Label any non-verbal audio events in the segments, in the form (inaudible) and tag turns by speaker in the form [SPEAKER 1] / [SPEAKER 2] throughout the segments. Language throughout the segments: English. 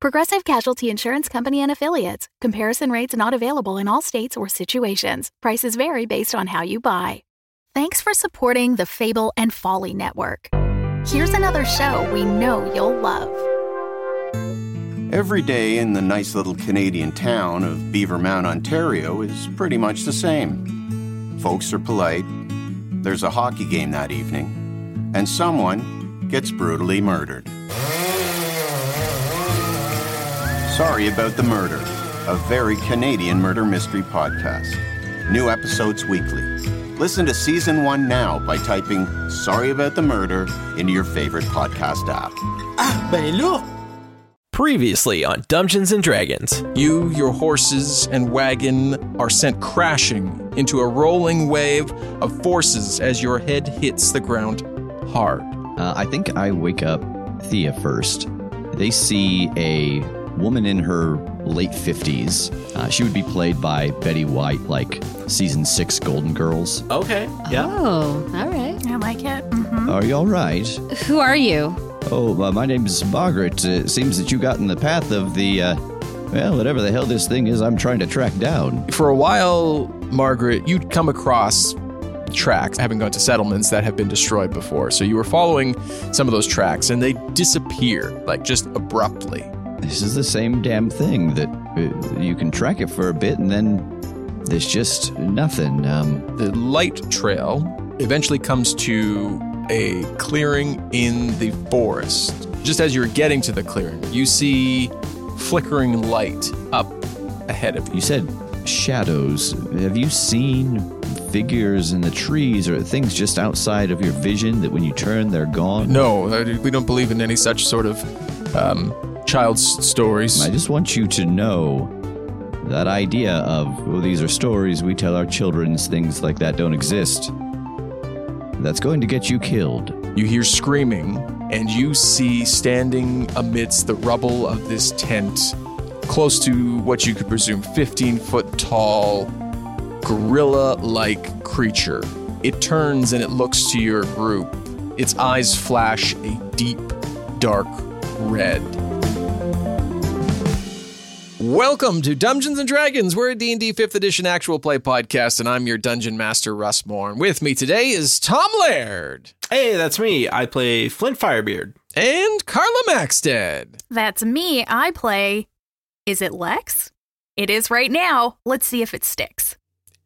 [SPEAKER 1] Progressive Casualty Insurance Company and Affiliates. Comparison rates not available in all states or situations. Prices vary based on how you buy. Thanks for supporting the Fable and Folly Network. Here's another show we know you'll love.
[SPEAKER 2] Every day in the nice little Canadian town of Beavermount, Ontario is pretty much the same. Folks are polite, there's a hockey game that evening, and someone gets brutally murdered. Sorry About the Murder, a very Canadian murder mystery podcast. New episodes weekly. Listen to season one now by typing Sorry About the Murder into your favorite podcast app.
[SPEAKER 3] Ben lourd
[SPEAKER 4] Previously on Dungeons and Dragons.
[SPEAKER 5] You, your horses, and wagon are sent crashing into a rolling wave of forces as your head hits the ground hard.
[SPEAKER 6] Uh, I think I wake up Thea first. They see a woman in her late 50s. Uh, she would be played by Betty White, like season six Golden Girls.
[SPEAKER 4] Okay. Yeah.
[SPEAKER 7] Oh, all right.
[SPEAKER 1] I like it.
[SPEAKER 6] Are you all right?
[SPEAKER 7] Who are you?
[SPEAKER 6] Oh, uh, my name's Margaret. Uh, It seems that you got in the path of the, uh, well, whatever the hell this thing is I'm trying to track down.
[SPEAKER 5] For a while, Margaret, you'd come across tracks, having gone to settlements that have been destroyed before. So you were following some of those tracks, and they disappear, like just abruptly.
[SPEAKER 6] This is the same damn thing that uh, you can track it for a bit and then there's just nothing. Um,
[SPEAKER 5] The light trail eventually comes to a clearing in the forest. Just as you're getting to the clearing, you see flickering light up ahead of you.
[SPEAKER 6] You said shadows. Have you seen figures in the trees or things just outside of your vision that when you turn they're gone?
[SPEAKER 5] No, uh, we don't believe in any such sort of um, child's s- stories.
[SPEAKER 6] I just want you to know that idea of, oh, these are stories we tell our children, things like that don't exist. That's going to get you killed.
[SPEAKER 5] You hear screaming, and you see standing amidst the rubble of this tent, close to what you could presume 15 foot tall, gorilla like creature. It turns and it looks to your group. Its eyes flash a deep, dark red. Welcome to Dungeons and Dragons. We're a D&D 5th edition actual play podcast and I'm your dungeon master Russ Morn. With me today is Tom Laird.
[SPEAKER 3] Hey, that's me. I play Flint Firebeard.
[SPEAKER 5] And Carla Maxted.
[SPEAKER 1] That's me. I play. Is it Lex? It is right now. Let's see if it sticks.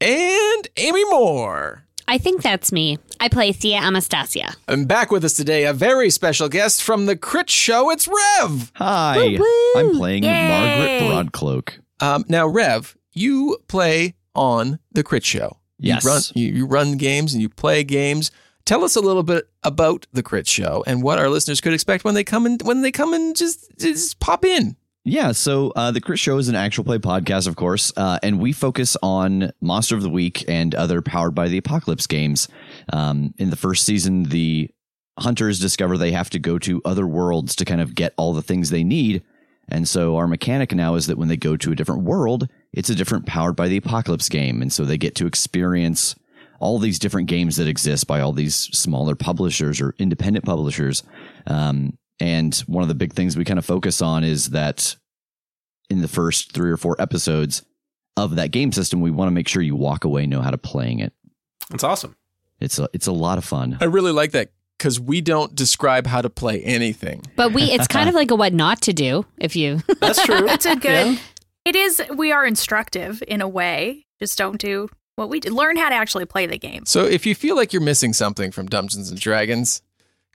[SPEAKER 5] And Amy Moore.
[SPEAKER 7] I think that's me. I play Thea Amastasia.
[SPEAKER 5] And back with us today, a very special guest from the Crit Show. It's Rev.
[SPEAKER 6] Hi, I'm playing Margaret Broadcloak.
[SPEAKER 5] Um, now, Rev, you play on the Crit Show.
[SPEAKER 6] Yes.
[SPEAKER 5] You run, you, you run games and you play games. Tell us a little bit about the Crit Show and what our listeners could expect when they come and when they come and just just pop in.
[SPEAKER 6] Yeah, so uh, the Crit Show is an actual play podcast, of course, uh, and we focus on Monster of the Week and other Powered by the Apocalypse games. Um, in the first season, the hunters discover they have to go to other worlds to kind of get all the things they need. And so our mechanic now is that when they go to a different world, it's a different Powered by the Apocalypse game. And so they get to experience all these different games that exist by all these smaller publishers or independent publishers. Um, and one of the big things we kind of focus on is that in the first three or four episodes of that game system, we want to make sure you walk away know how to playing it.
[SPEAKER 3] That's awesome.
[SPEAKER 6] It's a it's a lot of fun.
[SPEAKER 5] I really like that because we don't describe how to play anything.
[SPEAKER 7] But we it's kind of like a what not to do if you (laughs)
[SPEAKER 3] That's
[SPEAKER 8] (laughs)
[SPEAKER 3] true.
[SPEAKER 8] It's a good. It is. We are instructive in a way. Just don't do what we do. Learn how to actually play the game.
[SPEAKER 5] So if you feel like you're missing something from Dungeons and Dragons,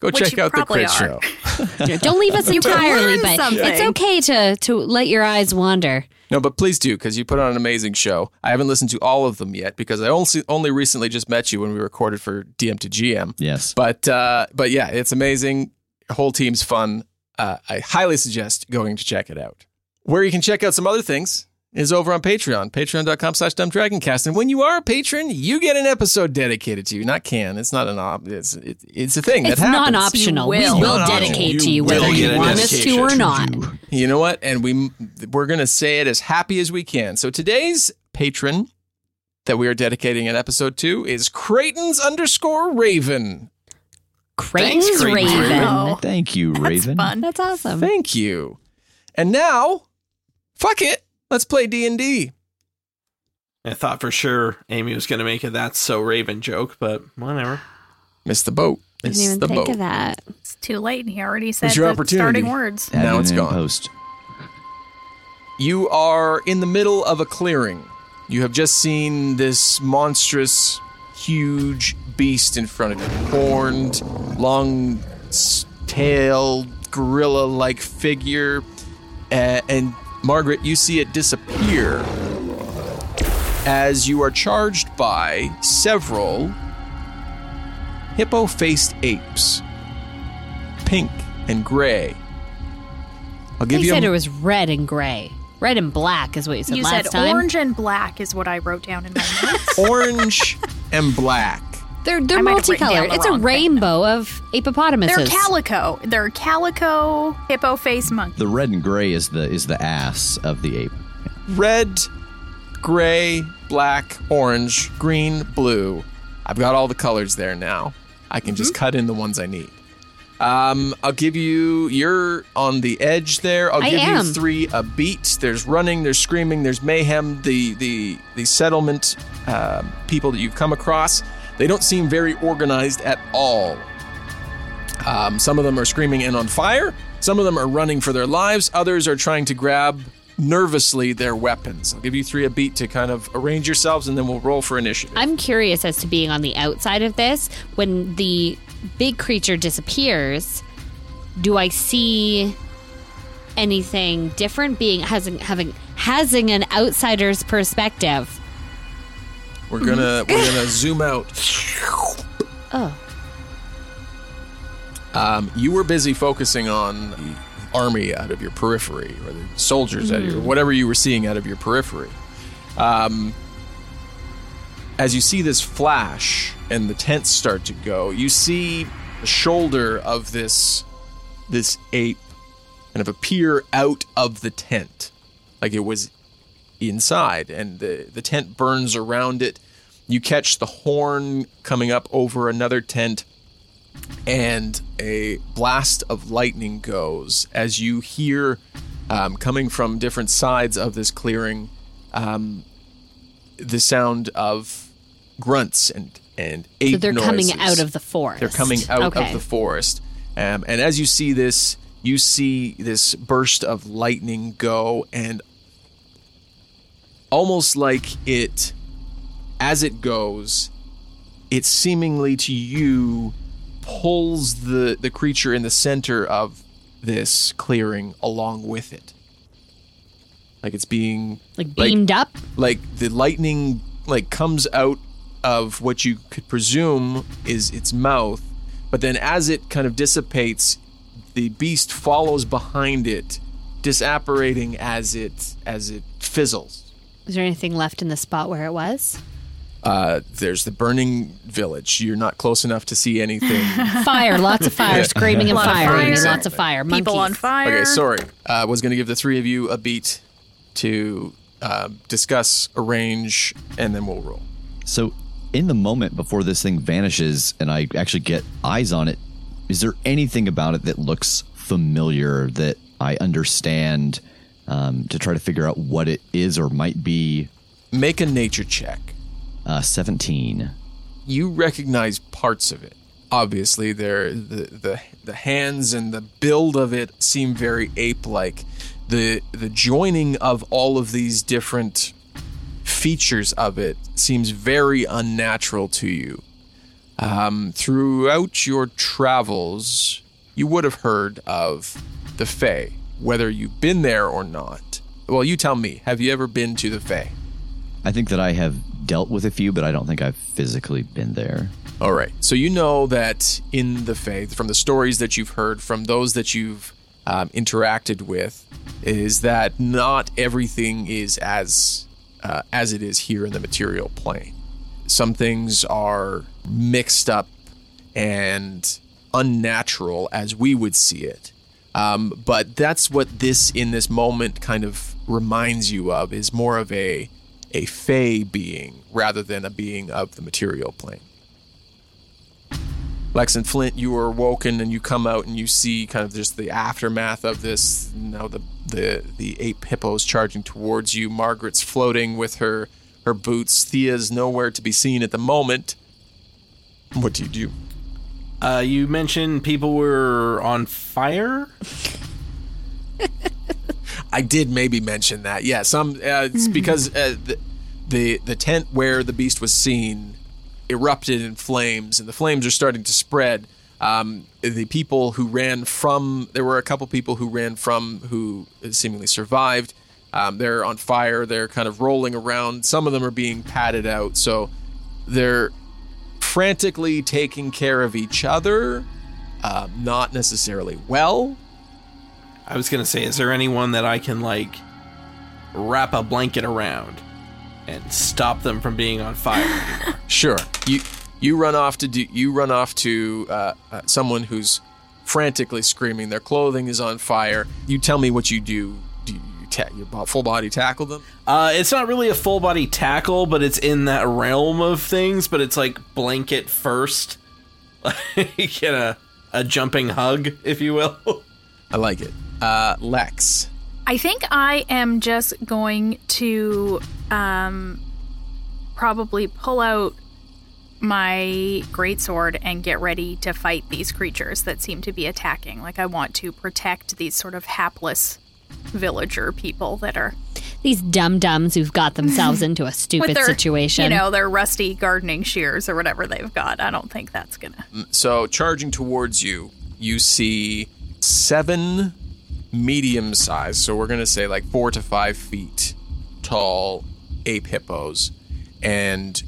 [SPEAKER 5] go
[SPEAKER 8] Which
[SPEAKER 5] check
[SPEAKER 8] you
[SPEAKER 5] out the
[SPEAKER 8] probably
[SPEAKER 5] Crit Show.
[SPEAKER 8] are. (laughs)
[SPEAKER 5] (laughs)
[SPEAKER 7] don't leave us entirely,
[SPEAKER 8] learn
[SPEAKER 7] but
[SPEAKER 8] something.
[SPEAKER 7] it's okay to to let your eyes wander.
[SPEAKER 5] No, but please do because you put on an amazing show. I haven't listened to all of them yet because I only only recently just met you when we recorded for DM to GM.
[SPEAKER 6] Yes.
[SPEAKER 5] But uh, but yeah, it's amazing. Whole team's fun. Uh, I highly suggest going to check it out. Where you can check out some other things is over on Patreon, patreon.com slash dumbdragoncast. And when you are a patron, you get an episode dedicated to you. Not can. It's not an op. It's, it, it's a thing
[SPEAKER 7] It's
[SPEAKER 5] that happens.
[SPEAKER 7] non-optional.
[SPEAKER 8] You
[SPEAKER 7] We
[SPEAKER 8] will.
[SPEAKER 7] will
[SPEAKER 5] Non-optional.
[SPEAKER 7] dedicate to
[SPEAKER 3] You
[SPEAKER 7] you
[SPEAKER 3] will
[SPEAKER 7] whether
[SPEAKER 3] get
[SPEAKER 7] you
[SPEAKER 3] a
[SPEAKER 7] want us to or
[SPEAKER 3] dedication.
[SPEAKER 7] not.
[SPEAKER 5] You know what? And we we're going to say it as happy as we can. So today's patron that we are dedicating an episode to is Creighton's underscore Raven.
[SPEAKER 7] Creighton's
[SPEAKER 3] Thanks, Creighton's
[SPEAKER 7] Raven.
[SPEAKER 8] Raven.
[SPEAKER 6] Thank you, Raven.
[SPEAKER 8] Fun.
[SPEAKER 7] That's awesome.
[SPEAKER 5] Thank you. And now, fuck it. Let's play D and D.
[SPEAKER 3] I thought for sure Amy was going to make a that's so Raven joke, but whatever.
[SPEAKER 5] Miss the boat.
[SPEAKER 7] I
[SPEAKER 5] Miss
[SPEAKER 7] didn't even
[SPEAKER 5] the
[SPEAKER 7] think
[SPEAKER 5] boat.
[SPEAKER 7] of that.
[SPEAKER 8] It's too late, and he already said
[SPEAKER 5] your
[SPEAKER 8] the
[SPEAKER 5] opportunity.
[SPEAKER 8] starting words.
[SPEAKER 6] Add
[SPEAKER 5] Now
[SPEAKER 6] it
[SPEAKER 5] it's
[SPEAKER 6] in
[SPEAKER 5] gone.
[SPEAKER 6] Post.
[SPEAKER 5] You are in the middle of a clearing. You have just seen this monstrous, huge beast in front of you. Horned, long s- tailed, gorilla like figure. Uh, and Margaret, you see it disappear as you are charged by several hippo faced apes, pink and gray. I'll give
[SPEAKER 7] They
[SPEAKER 5] you
[SPEAKER 7] said
[SPEAKER 5] a-
[SPEAKER 7] it was red and gray. Red and black is what you said
[SPEAKER 8] You
[SPEAKER 7] last
[SPEAKER 8] said
[SPEAKER 7] time.
[SPEAKER 8] orange and black is what I wrote down in
[SPEAKER 7] (laughs)
[SPEAKER 8] my notes.
[SPEAKER 5] orange and black.
[SPEAKER 7] They're they're
[SPEAKER 8] I might have written down
[SPEAKER 7] multicolored.
[SPEAKER 8] the
[SPEAKER 7] It's a
[SPEAKER 8] wrong thing.
[SPEAKER 7] rainbow of apopotamuses.
[SPEAKER 8] They're calico. They're calico hippo face monkey.
[SPEAKER 6] The red and gray is the is the ass of the ape.
[SPEAKER 5] Red, gray, black, orange, green, blue. I've got all the colors there now. I can
[SPEAKER 7] Mm-hmm.
[SPEAKER 5] just cut in the ones I need. Um, I'll give you. You're on the edge there. I'll
[SPEAKER 7] I
[SPEAKER 5] give
[SPEAKER 7] am.
[SPEAKER 5] you three a beat. There's running. There's screaming. There's mayhem. The the the settlement uh, people that you've come across. They don't seem very organized at all. Um, some of them are screaming and on fire. Some of them are running for their lives. Others are trying to grab nervously their weapons. I'll give you three a beat to kind of arrange yourselves, and then we'll roll for initiative.
[SPEAKER 7] I'm curious as to being on the outside of this. When the big creature disappears, do I see anything different? Being having having having an outsider's perspective.
[SPEAKER 5] We're gonna we're gonna zoom out.
[SPEAKER 7] Oh,
[SPEAKER 5] Um, you were busy focusing on the army out of your periphery, or the soldiers out of your whatever you were seeing out of your periphery. Um, as you see this flash and the tents start to go, you see the shoulder of this this ape kind of appear out of the tent, like it was inside, and the the tent burns around it. You catch the horn coming up over another tent and a blast of lightning goes as you hear um, coming from different sides of this clearing um, the sound of grunts and and ape
[SPEAKER 7] so they're coming
[SPEAKER 5] noises.
[SPEAKER 7] out of the forest.
[SPEAKER 5] They're coming out
[SPEAKER 7] Okay.
[SPEAKER 5] of the forest. Um, and as you see this, you see this burst of lightning go, and almost like it, as it goes, it seemingly to you pulls the, the creature in the center of this clearing along with it. Like it's being
[SPEAKER 7] like beamed up.
[SPEAKER 5] like the lightning like comes out of what you could presume is its mouth but then as it kind of dissipates the beast follows behind it disapparating as it as it fizzles
[SPEAKER 7] Is there anything left in the spot where it was?
[SPEAKER 5] uh, there's the burning village you're not close enough to see anything
[SPEAKER 7] Fire, lots
[SPEAKER 5] (laughs)
[SPEAKER 7] of fire, screaming and
[SPEAKER 8] Lot of
[SPEAKER 7] fire,
[SPEAKER 8] fire.
[SPEAKER 7] Amy, lots of fire, monkeys.
[SPEAKER 8] People on fire.
[SPEAKER 5] okay sorry Uh, i was going to give the three of you a beat to uh, discuss arrange and then we'll roll
[SPEAKER 6] So, in the moment before this thing vanishes and I actually get eyes on it, is there anything about it that looks familiar that I understand um, to try to figure out what it is or might be?
[SPEAKER 5] make a nature check
[SPEAKER 6] Uh, 17.
[SPEAKER 5] you recognize parts of it. Obviously, there the, the the hands and the build of it seem very ape-like. The the joining of all of these different features of it seems very unnatural to you. Um, throughout your travels, you would have heard of the Fae, whether you've been there or not. Well, you tell me. Have you ever been to the Fae?
[SPEAKER 6] I think that I have dealt with a few, but I don't think I've physically been there.
[SPEAKER 5] All right. So you know that in the faith, from the stories that you've heard, from those that you've um, interacted with is that not everything is as uh, as it is here in the material plane. Some things are mixed up and unnatural as we would see it. Um, but that's what this in this moment kind of reminds you of is more of a a fey being rather than a being of the material plane. Lex and Flint, you are woken and you come out and you see kind of just the aftermath of this. Now the the the ape hippo is charging towards you. Margaret's floating with her her boots. Thea's nowhere to be seen at the moment. What do you do?
[SPEAKER 3] Uh, you mentioned people were on fire.
[SPEAKER 5] I did maybe mention that. Yeah, some uh, it's because uh, the, the the tent where the beast was seen erupted in flames, and the flames are starting to spread. Um, the people who ran from there were a couple people who ran from who seemingly survived. Um, they're on fire. They're kind of rolling around. Some of them are being patted out, so they're frantically taking care of each other. Um, not necessarily well.
[SPEAKER 3] I was gonna say, is there anyone that I can like wrap a blanket around and stop them from being on fire?
[SPEAKER 5] Sure. You you run off to do, you run off to uh, uh, someone who's frantically screaming. Their clothing is on fire. You tell me what you do. Do you, ta- you bo- full body tackle them?
[SPEAKER 3] uh, it's not really a full body tackle, but it's in that realm of things. But it's like blanket first, (laughs) like in a a jumping hug, if you will. (laughs)
[SPEAKER 5] I like it. Uh, Lex.
[SPEAKER 8] I think I am just going to um, probably pull out my greatsword and get ready to fight these creatures that seem to be attacking. Like, I want to protect these sort of hapless villager people that are
[SPEAKER 7] These dum dums who've got themselves into a
[SPEAKER 8] with
[SPEAKER 7] stupid
[SPEAKER 8] their
[SPEAKER 7] situation.
[SPEAKER 8] you know, their rusty gardening shears or whatever they've got. I don't think that's gonna.
[SPEAKER 5] So charging towards you, you see seven medium sized, so we're gonna say like four to five feet tall ape hippos and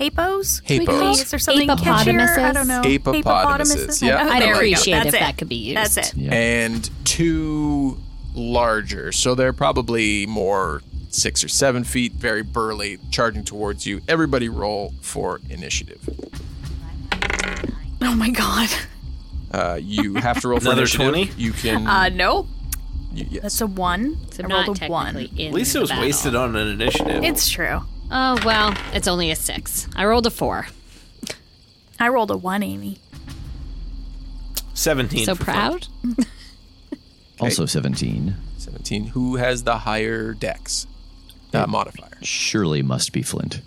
[SPEAKER 8] Apos?
[SPEAKER 5] Can we call Hippos.
[SPEAKER 8] Is there something catchier? I don't know.
[SPEAKER 5] Apopotamuses. Yeah.
[SPEAKER 8] Oh,
[SPEAKER 7] I'd
[SPEAKER 8] there we go.
[SPEAKER 7] appreciate
[SPEAKER 8] That's
[SPEAKER 7] if
[SPEAKER 8] it.
[SPEAKER 7] that could be used.
[SPEAKER 8] That's it.
[SPEAKER 6] Yeah.
[SPEAKER 5] and two larger. So they're probably more six or seven feet, very burly, charging towards you. Everybody roll for initiative.
[SPEAKER 8] Oh my god.
[SPEAKER 5] Uh, you have to roll for
[SPEAKER 3] Another
[SPEAKER 5] initiative.
[SPEAKER 3] 20?
[SPEAKER 5] You can.
[SPEAKER 8] Uh, nope.
[SPEAKER 5] you- yes.
[SPEAKER 8] That's a one.
[SPEAKER 7] So
[SPEAKER 8] I
[SPEAKER 7] not
[SPEAKER 8] rolled a one.
[SPEAKER 7] technically in
[SPEAKER 3] At least it
[SPEAKER 7] the
[SPEAKER 3] was
[SPEAKER 7] battle.
[SPEAKER 3] wasted on an initiative.
[SPEAKER 8] It's true.
[SPEAKER 7] Oh well, it's only a six. I rolled a four.
[SPEAKER 8] I rolled a one, Amy.
[SPEAKER 3] Seventeen.
[SPEAKER 7] so
[SPEAKER 3] for Flint.
[SPEAKER 7] proud.
[SPEAKER 6] Also 17.
[SPEAKER 5] 17. Who has the higher dex uh, modifier?
[SPEAKER 6] Surely must be Flint.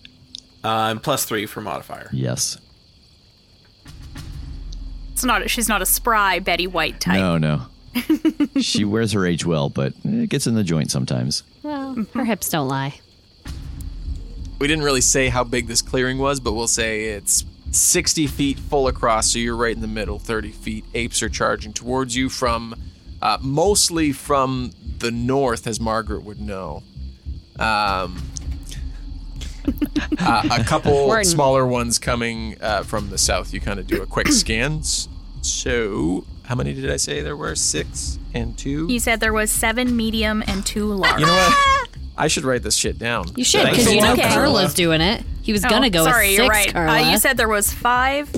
[SPEAKER 3] Uh, and plus three for modifier.
[SPEAKER 6] Yes.
[SPEAKER 8] It's not. She's not a spry Betty White type.
[SPEAKER 6] No, no. (laughs) she wears her age well, but it gets in the joint sometimes.
[SPEAKER 7] Well, Mm-hmm. her hips don't lie.
[SPEAKER 5] We didn't really say how big this clearing was, but we'll say it's 60 feet full across, so you're right in the middle, 30 feet. Apes are charging towards you from uh, mostly from the north, as Margaret would know. Um, (laughs) uh, a
[SPEAKER 7] (laughs)
[SPEAKER 5] couple
[SPEAKER 7] Important.
[SPEAKER 5] smaller ones coming uh, from the south. You kind of do a
[SPEAKER 7] (clears throat)
[SPEAKER 5] quick scan. S- So, how many did I say there were? Six and two?
[SPEAKER 8] You said there was seven medium and two large.
[SPEAKER 5] You know
[SPEAKER 7] (laughs)
[SPEAKER 5] what? I should write this shit down.
[SPEAKER 7] You should,
[SPEAKER 3] Thanks
[SPEAKER 7] because
[SPEAKER 3] a
[SPEAKER 7] you know
[SPEAKER 8] lot, Carla.
[SPEAKER 7] Carla's doing it. He was gonna go
[SPEAKER 8] Sorry,
[SPEAKER 7] with 6
[SPEAKER 8] you're right.
[SPEAKER 7] Carla.
[SPEAKER 8] Uh, you said there was five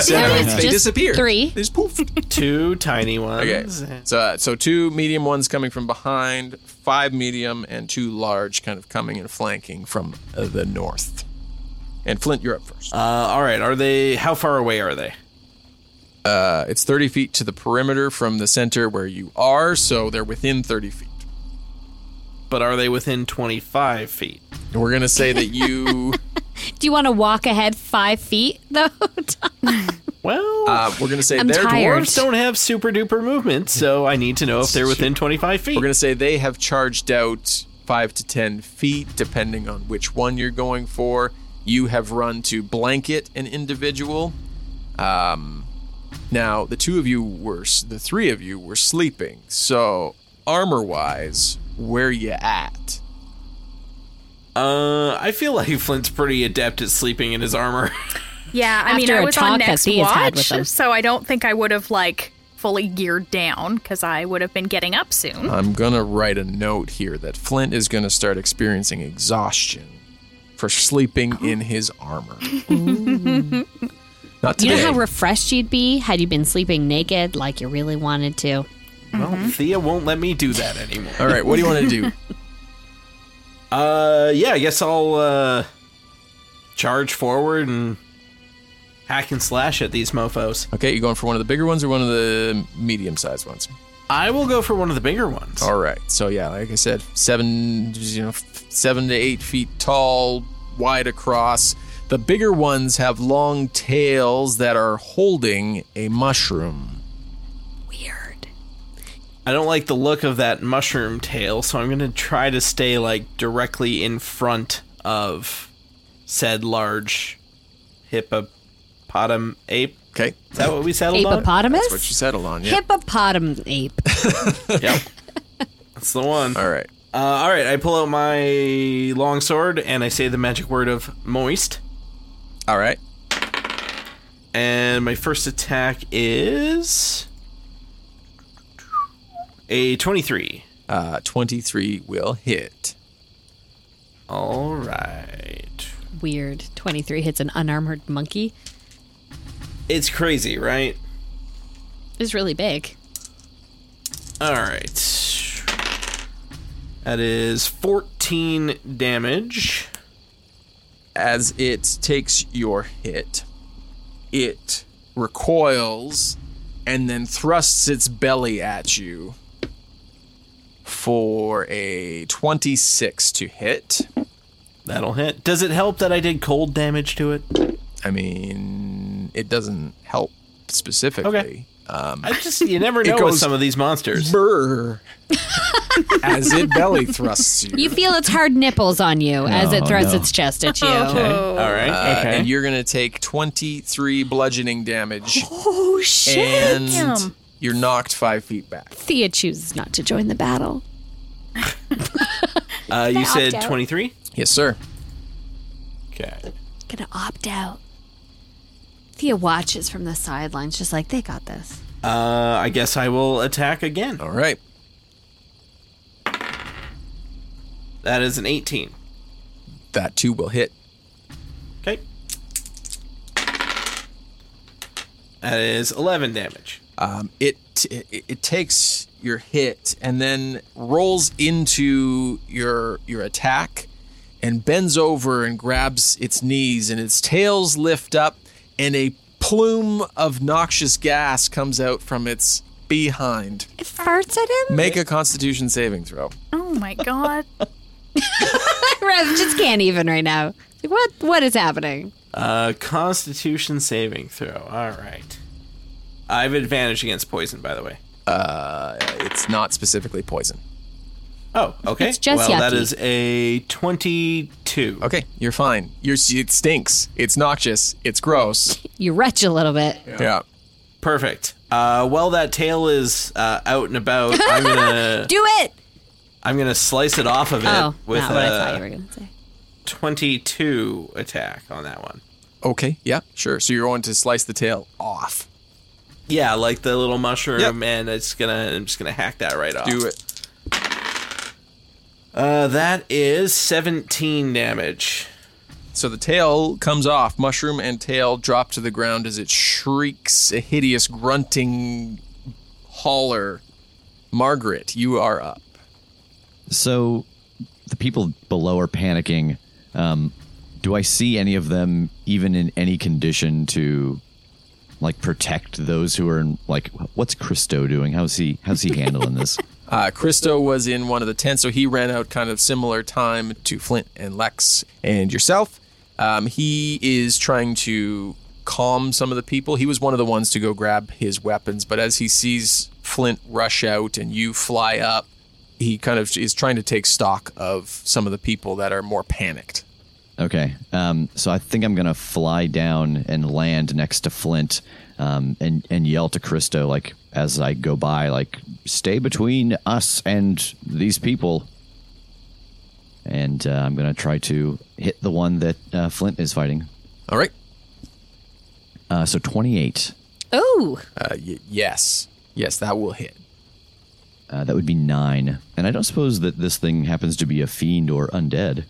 [SPEAKER 5] (laughs)
[SPEAKER 7] (laughs)
[SPEAKER 5] Seven.
[SPEAKER 7] There was
[SPEAKER 5] They
[SPEAKER 7] just
[SPEAKER 5] disappeared.
[SPEAKER 7] three.
[SPEAKER 5] They just poofed.
[SPEAKER 3] Two tiny
[SPEAKER 5] Okay.
[SPEAKER 3] ones.
[SPEAKER 5] So, uh, so two medium ones coming from behind, five medium, and two large kind of coming and flanking from uh, the north. And Flint, you're up first.
[SPEAKER 3] Uh, all right. Are they? How far away are they?
[SPEAKER 5] Uh, it's 30 feet to the perimeter from the center where you are, so they're within 30 feet.
[SPEAKER 3] But are they within twenty-five feet?
[SPEAKER 5] And we're going to say that
[SPEAKER 7] (laughs)
[SPEAKER 5] you,
[SPEAKER 7] Do you want to walk ahead five feet (laughs) though?
[SPEAKER 3] Well,
[SPEAKER 5] uh, we're going to say
[SPEAKER 7] I'm
[SPEAKER 5] they're dwarves.
[SPEAKER 7] tired.
[SPEAKER 3] dwarves don't have super duper movement, so I need to know if they're within twenty-five feet.
[SPEAKER 5] We're going to say they have charged out five to 10 feet, depending on which one you're going for. You have run to blanket an individual. Um, now, the two of you were, s- the three of you were sleeping. So, armor wise, where you at?
[SPEAKER 3] Uh, I feel like (laughs) Flint's pretty adept at sleeping in his armor.
[SPEAKER 8] Yeah, I mean,
[SPEAKER 7] After
[SPEAKER 8] I
[SPEAKER 7] a
[SPEAKER 8] was on
[SPEAKER 7] talk that
[SPEAKER 8] next
[SPEAKER 7] Thea's had with
[SPEAKER 8] watch,
[SPEAKER 7] them.
[SPEAKER 8] so I don't think I would have like fully geared down because I would have been getting
[SPEAKER 7] (laughs)
[SPEAKER 8] up soon.
[SPEAKER 5] I'm gonna write a note here that Flint is gonna start experiencing exhaustion for sleeping in his armor. Not
[SPEAKER 7] You
[SPEAKER 5] today.
[SPEAKER 7] know how refreshed you'd be had you been sleeping naked like you really wanted to?
[SPEAKER 3] Well, Thea won't let me do that anymore.
[SPEAKER 5] All right, what do you want to do?
[SPEAKER 3] Uh, yeah, I guess I'll uh charge forward and hack and slash at these mofo's.
[SPEAKER 5] Okay, you going for one of the bigger ones or one of the medium-sized ones?
[SPEAKER 3] I will go for one of the bigger ones.
[SPEAKER 5] All right. So yeah, like I said, seven, you know, f- seven to eight feet tall, wide across. The bigger ones have long tails that are holding a mushroom.
[SPEAKER 7] Weird.
[SPEAKER 3] I don't like the look of that mushroom tail, so I'm gonna try to stay like directly in front of said large hippopotam ape.
[SPEAKER 5] Okay,
[SPEAKER 3] Is that what we settled on?
[SPEAKER 7] Hippopotamus?
[SPEAKER 5] that's what you settled on. Yeah.
[SPEAKER 7] Hippopotam ape. (laughs)
[SPEAKER 3] Yep. That's the one.
[SPEAKER 5] All right.
[SPEAKER 3] Uh, all right, I pull out my longsword and I say the magic word of moist.
[SPEAKER 5] All right.
[SPEAKER 3] And my first attack is a 23.
[SPEAKER 5] Uh, Twenty-three will hit.
[SPEAKER 3] All right.
[SPEAKER 7] Weird. 23 hits an unarmored monkey.
[SPEAKER 3] It's crazy, right?
[SPEAKER 7] It's really big.
[SPEAKER 3] All right. That is 14 damage.
[SPEAKER 5] as it takes your hit, it recoils and then thrusts its belly at you for a 26 to hit.
[SPEAKER 3] That'll hit. Does it help that I did cold damage to it?
[SPEAKER 5] I mean, it doesn't help specifically.
[SPEAKER 3] Okay.
[SPEAKER 5] Um,
[SPEAKER 3] I just you
[SPEAKER 5] (laughs)
[SPEAKER 3] never know with
[SPEAKER 5] goes-
[SPEAKER 3] some of these monsters.
[SPEAKER 5] brr, as it belly thrusts you.
[SPEAKER 7] You feel its hard nipples on you as it throws
[SPEAKER 6] no.
[SPEAKER 7] its chest at you.
[SPEAKER 3] All right.
[SPEAKER 5] Uh,
[SPEAKER 3] Oh, (laughs) okay.
[SPEAKER 5] And you're going to take 23 bludgeoning damage.
[SPEAKER 7] Oh, shit.
[SPEAKER 5] and
[SPEAKER 8] Damn.
[SPEAKER 5] you're knocked five feet back.
[SPEAKER 7] Thea chooses not to join the battle.
[SPEAKER 3] uh, you said
[SPEAKER 7] out.
[SPEAKER 3] 23?
[SPEAKER 5] Yes, sir.
[SPEAKER 3] Okay.
[SPEAKER 7] Gonna opt out. Thea watches from the sidelines, just like, they got this.
[SPEAKER 3] Uh, I guess I will attack again.
[SPEAKER 5] All right.
[SPEAKER 3] That is an 18.
[SPEAKER 5] That too will hit.
[SPEAKER 3] Okay. That is 11 damage.
[SPEAKER 5] Um, it, it it takes your hit and then rolls into your your attack and bends over and grabs its knees and its tails lift up and a plume of noxious gas comes out from its behind.
[SPEAKER 7] It farts at him? (laughs)
[SPEAKER 5] Make a Constitution saving throw.
[SPEAKER 8] Oh my god.
[SPEAKER 7] Rev just can't even right now. Like, what? What is happening?
[SPEAKER 3] Uh, Constitution saving throw. All right. I have advantage against poison, by the way.
[SPEAKER 5] It's not specifically poison.
[SPEAKER 3] Oh, okay.
[SPEAKER 7] It's just
[SPEAKER 3] well, that
[SPEAKER 7] yucky.
[SPEAKER 3] is a 22.
[SPEAKER 5] Okay, you're fine. You're it stinks. It's noxious. It's gross.
[SPEAKER 7] You retch a little bit.
[SPEAKER 5] yeah.
[SPEAKER 3] Perfect. Uh, while that tail is uh, out and
[SPEAKER 7] (laughs)
[SPEAKER 3] about, I'm gonna
[SPEAKER 7] Do it.
[SPEAKER 3] I'm gonna slice it off of it
[SPEAKER 7] Oh,
[SPEAKER 3] with uh,
[SPEAKER 7] not what I thought you
[SPEAKER 3] a
[SPEAKER 7] were gonna say.
[SPEAKER 3] 22 attack on that one.
[SPEAKER 5] Okay. Yeah. Sure. So you're going to slice the tail off.
[SPEAKER 3] Yeah, like the little mushroom,
[SPEAKER 5] Yep.
[SPEAKER 3] and it's gonna I'm just gonna hack that right off.
[SPEAKER 5] Do it.
[SPEAKER 3] Uh, that is 17 damage.
[SPEAKER 5] So the tail comes off, mushroom and tail drop to the ground as it shrieks a hideous grunting holler. Margaret, you are up.
[SPEAKER 6] So the people below are panicking. Um, do I see any of them even in any condition to like protect those who are in like what's Christo doing? How's he how's he handling this?
[SPEAKER 5] Uh, Christo was in one of the tents, so he ran out kind of similar time to Flint and Lex and yourself. Um, he is trying to calm some of the people. He was one of the ones to go grab his weapons, but as he sees Flint rush out and you fly up, he kind of is trying to take stock of some of the people that are more panicked.
[SPEAKER 6] Okay. Um, so I think I'm gonna fly down and land next to Flint, um, and and yell to Christo like as I go by, like stay between us and these people. And uh, I'm gonna try to hit the one that uh, Flint is fighting.
[SPEAKER 5] All right.
[SPEAKER 6] Uh, so 28.
[SPEAKER 7] Oh,
[SPEAKER 5] Uh, y- yes. Yes, that will hit.
[SPEAKER 6] Uh, that would be nine. And I don't suppose that this thing happens to be a fiend or undead.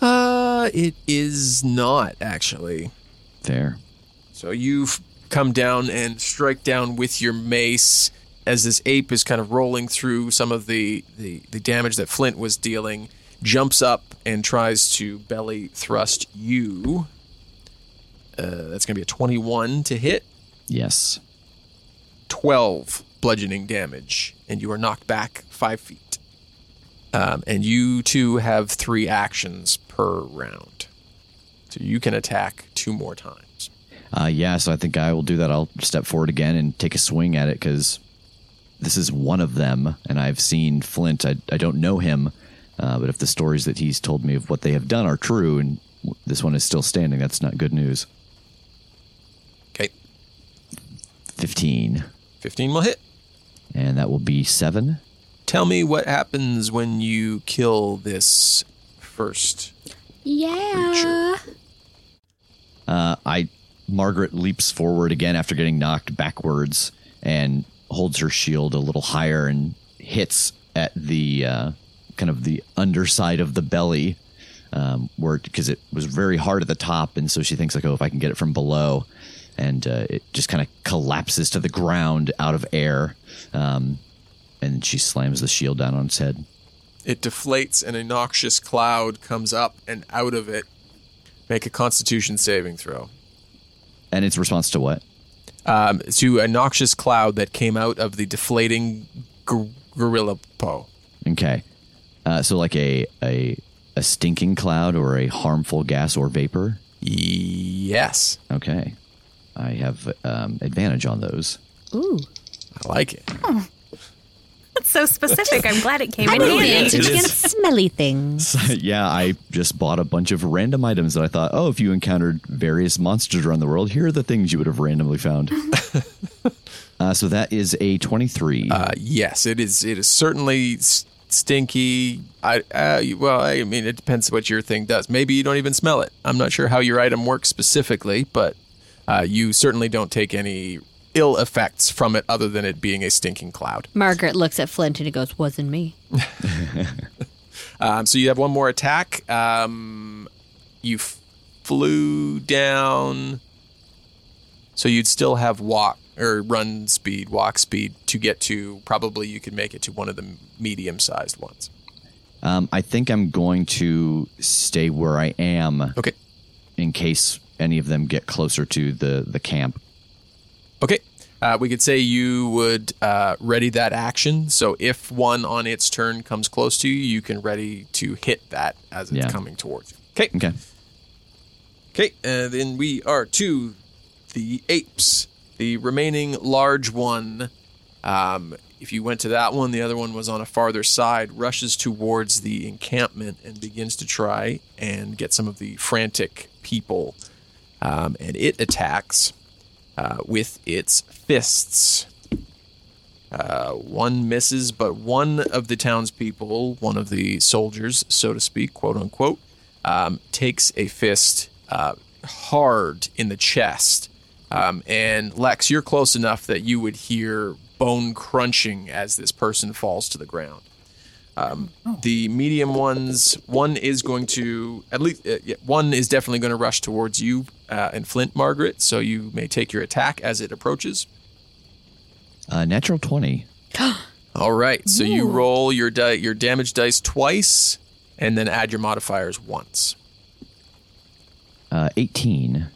[SPEAKER 5] Uh, it is not actually.
[SPEAKER 6] Fair.
[SPEAKER 5] So you've come down and strike down with your mace as this ape is kind of rolling through some of the, the, the damage that Flint was dealing, jumps up and tries to belly thrust you. Uh, that's going to be a 21 to hit,
[SPEAKER 6] Yes.
[SPEAKER 5] 12 bludgeoning damage, and you are knocked back five feet. Um, and you too have three actions per round. So you can attack two more times.
[SPEAKER 6] Uh, yeah, so I think I will do that. I'll step forward again and take a swing at it because this is one of them, and I've seen Flint. I, I don't know him, uh, but if the stories that he's told me of what they have done are true, and w- this one is still standing, that's not good news.
[SPEAKER 5] Okay,
[SPEAKER 6] 15,
[SPEAKER 5] 15 will hit.
[SPEAKER 6] and that will be seven.
[SPEAKER 5] Tell me what happens when you kill this first.
[SPEAKER 7] Yeah.
[SPEAKER 6] Uh, I Margaret leaps forward again after getting knocked backwards and holds her shield a little higher and hits at the uh, kind of the underside of the belly um, where because it was very hard at the top and so she thinks like oh if I can get it from below and uh, it just kind of collapses to the ground out of air um, and she slams the shield down on its head.
[SPEAKER 5] It deflates and a noxious cloud comes up and out of it. Make a constitution saving throw.
[SPEAKER 6] And its response to what?
[SPEAKER 5] Um, to a noxious cloud that came out of the deflating gor- gorilla po.
[SPEAKER 6] Okay. Uh, so like a, a a stinking cloud or a harmful gas or vapor.
[SPEAKER 5] Yes.
[SPEAKER 6] Okay. I have um, advantage on those. (laughs)
[SPEAKER 7] Ooh.
[SPEAKER 5] I like it.
[SPEAKER 8] That's so specific. I'm glad it came in
[SPEAKER 7] Really
[SPEAKER 8] handy.
[SPEAKER 7] anxious against
[SPEAKER 3] (laughs)
[SPEAKER 7] smelly things.
[SPEAKER 6] yeah, I just bought a bunch of random items that I thought, oh, if you encountered various monsters around the world, here are the things you would have randomly found. uh, so that is a 23.
[SPEAKER 5] Uh, yes, it is. It is certainly s- stinky. I uh, you- well, I mean, it depends what your thing does. Maybe you don't even smell it. I'm not sure how your item works specifically, but uh, you certainly don't take any ill effects from it, other than it being a stinking cloud.
[SPEAKER 7] Margaret looks at Flint and it goes, "Wasn't me."
[SPEAKER 5] Um, so you have one more attack. Um, you f- flew down, so you'd still have walk or run speed, walk speed to get to. Probably you could make it to one of the medium-sized ones.
[SPEAKER 6] Um, I think I'm going to stay where I am
[SPEAKER 5] Okay.
[SPEAKER 6] in case any of them get closer to the, the camp.
[SPEAKER 5] Okay. Uh, we could say you would uh, ready that action. So if one on its turn comes close to you, you can ready to hit that as it's
[SPEAKER 6] Yeah.
[SPEAKER 5] coming towards you. Okay.
[SPEAKER 6] Okay.
[SPEAKER 5] Okay. And then we are to the apes, the remaining large one. Um, if you went to that one, the other one was on a farther side, rushes towards the encampment and begins to try and get some of the frantic people. Um, and it attacks uh, with its fists. Uh, one misses, but one of the townspeople, one of the soldiers, so to speak, quote unquote, um, takes a fist uh, hard in the chest. Um, and Lex, you're close enough that you would hear bone crunching as this person falls to the ground. Um, The medium ones, one is going to at least uh, yeah, one is definitely going to rush towards you uh, and Flint, Margaret. So you may take your attack as it approaches.
[SPEAKER 6] Uh, natural 20.
[SPEAKER 5] All right. So you roll your di- your damage dice twice, and then add your modifiers once.
[SPEAKER 6] Uh, 18.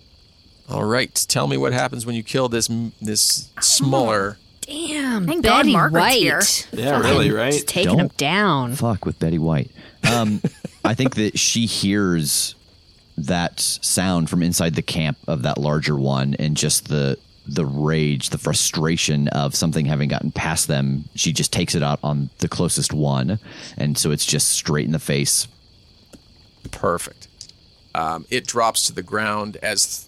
[SPEAKER 5] All right. Tell me what happens when you kill this m- this smaller.
[SPEAKER 7] Damn,
[SPEAKER 8] Thank God
[SPEAKER 7] Betty
[SPEAKER 8] Margaret's
[SPEAKER 7] White.
[SPEAKER 8] here.
[SPEAKER 3] Yeah, really, right?
[SPEAKER 7] Just taking him
[SPEAKER 6] Don't-
[SPEAKER 7] down.
[SPEAKER 6] Fuck with Betty White. Um, I think that she hears that sound from inside the camp of that larger one, and just the the rage, the frustration of something having gotten past them. She just takes it out on the closest one, and so it's just straight in the face.
[SPEAKER 5] Perfect. Um, it drops to the ground as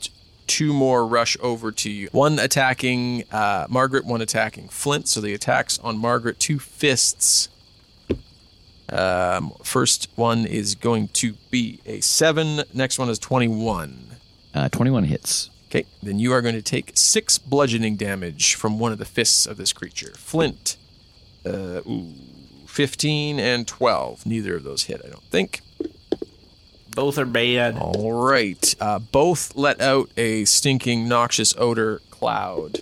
[SPEAKER 5] th- two more rush over to you. One attacking uh, Margaret, one attacking Flint. So the attacks on Margaret, two fists. Um, first one is going to be a seven. Next one is twenty-one.
[SPEAKER 6] Uh, Twenty one hits.
[SPEAKER 5] Okay, then you are going to take six bludgeoning damage from one of the fists of this creature. Flint, uh, ooh, 15 and 12. Neither of those hit, I don't think.
[SPEAKER 3] Both are bad.
[SPEAKER 5] All right. Uh, both let out a stinking, noxious odor cloud.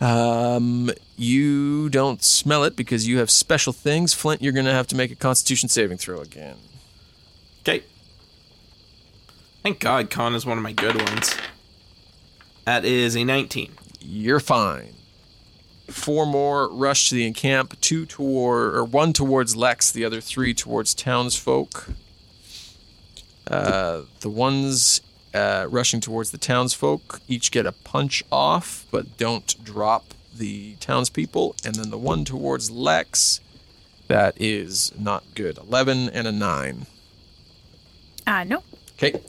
[SPEAKER 5] Um, you don't smell it because you have special things. Flint, you're going to have to make a Constitution saving throw again.
[SPEAKER 3] Okay. Thank God con is one of my good ones. That is a 19.
[SPEAKER 5] You're fine. Four more rush to the encamp. Two toward, or one towards Lex. The other three towards townsfolk. Uh, the ones uh, rushing towards the townsfolk each get a punch off, but don't drop the townspeople. And then the one towards Lex, that is not good. Eleven and a nine.
[SPEAKER 8] Ah, no.
[SPEAKER 5] Okay.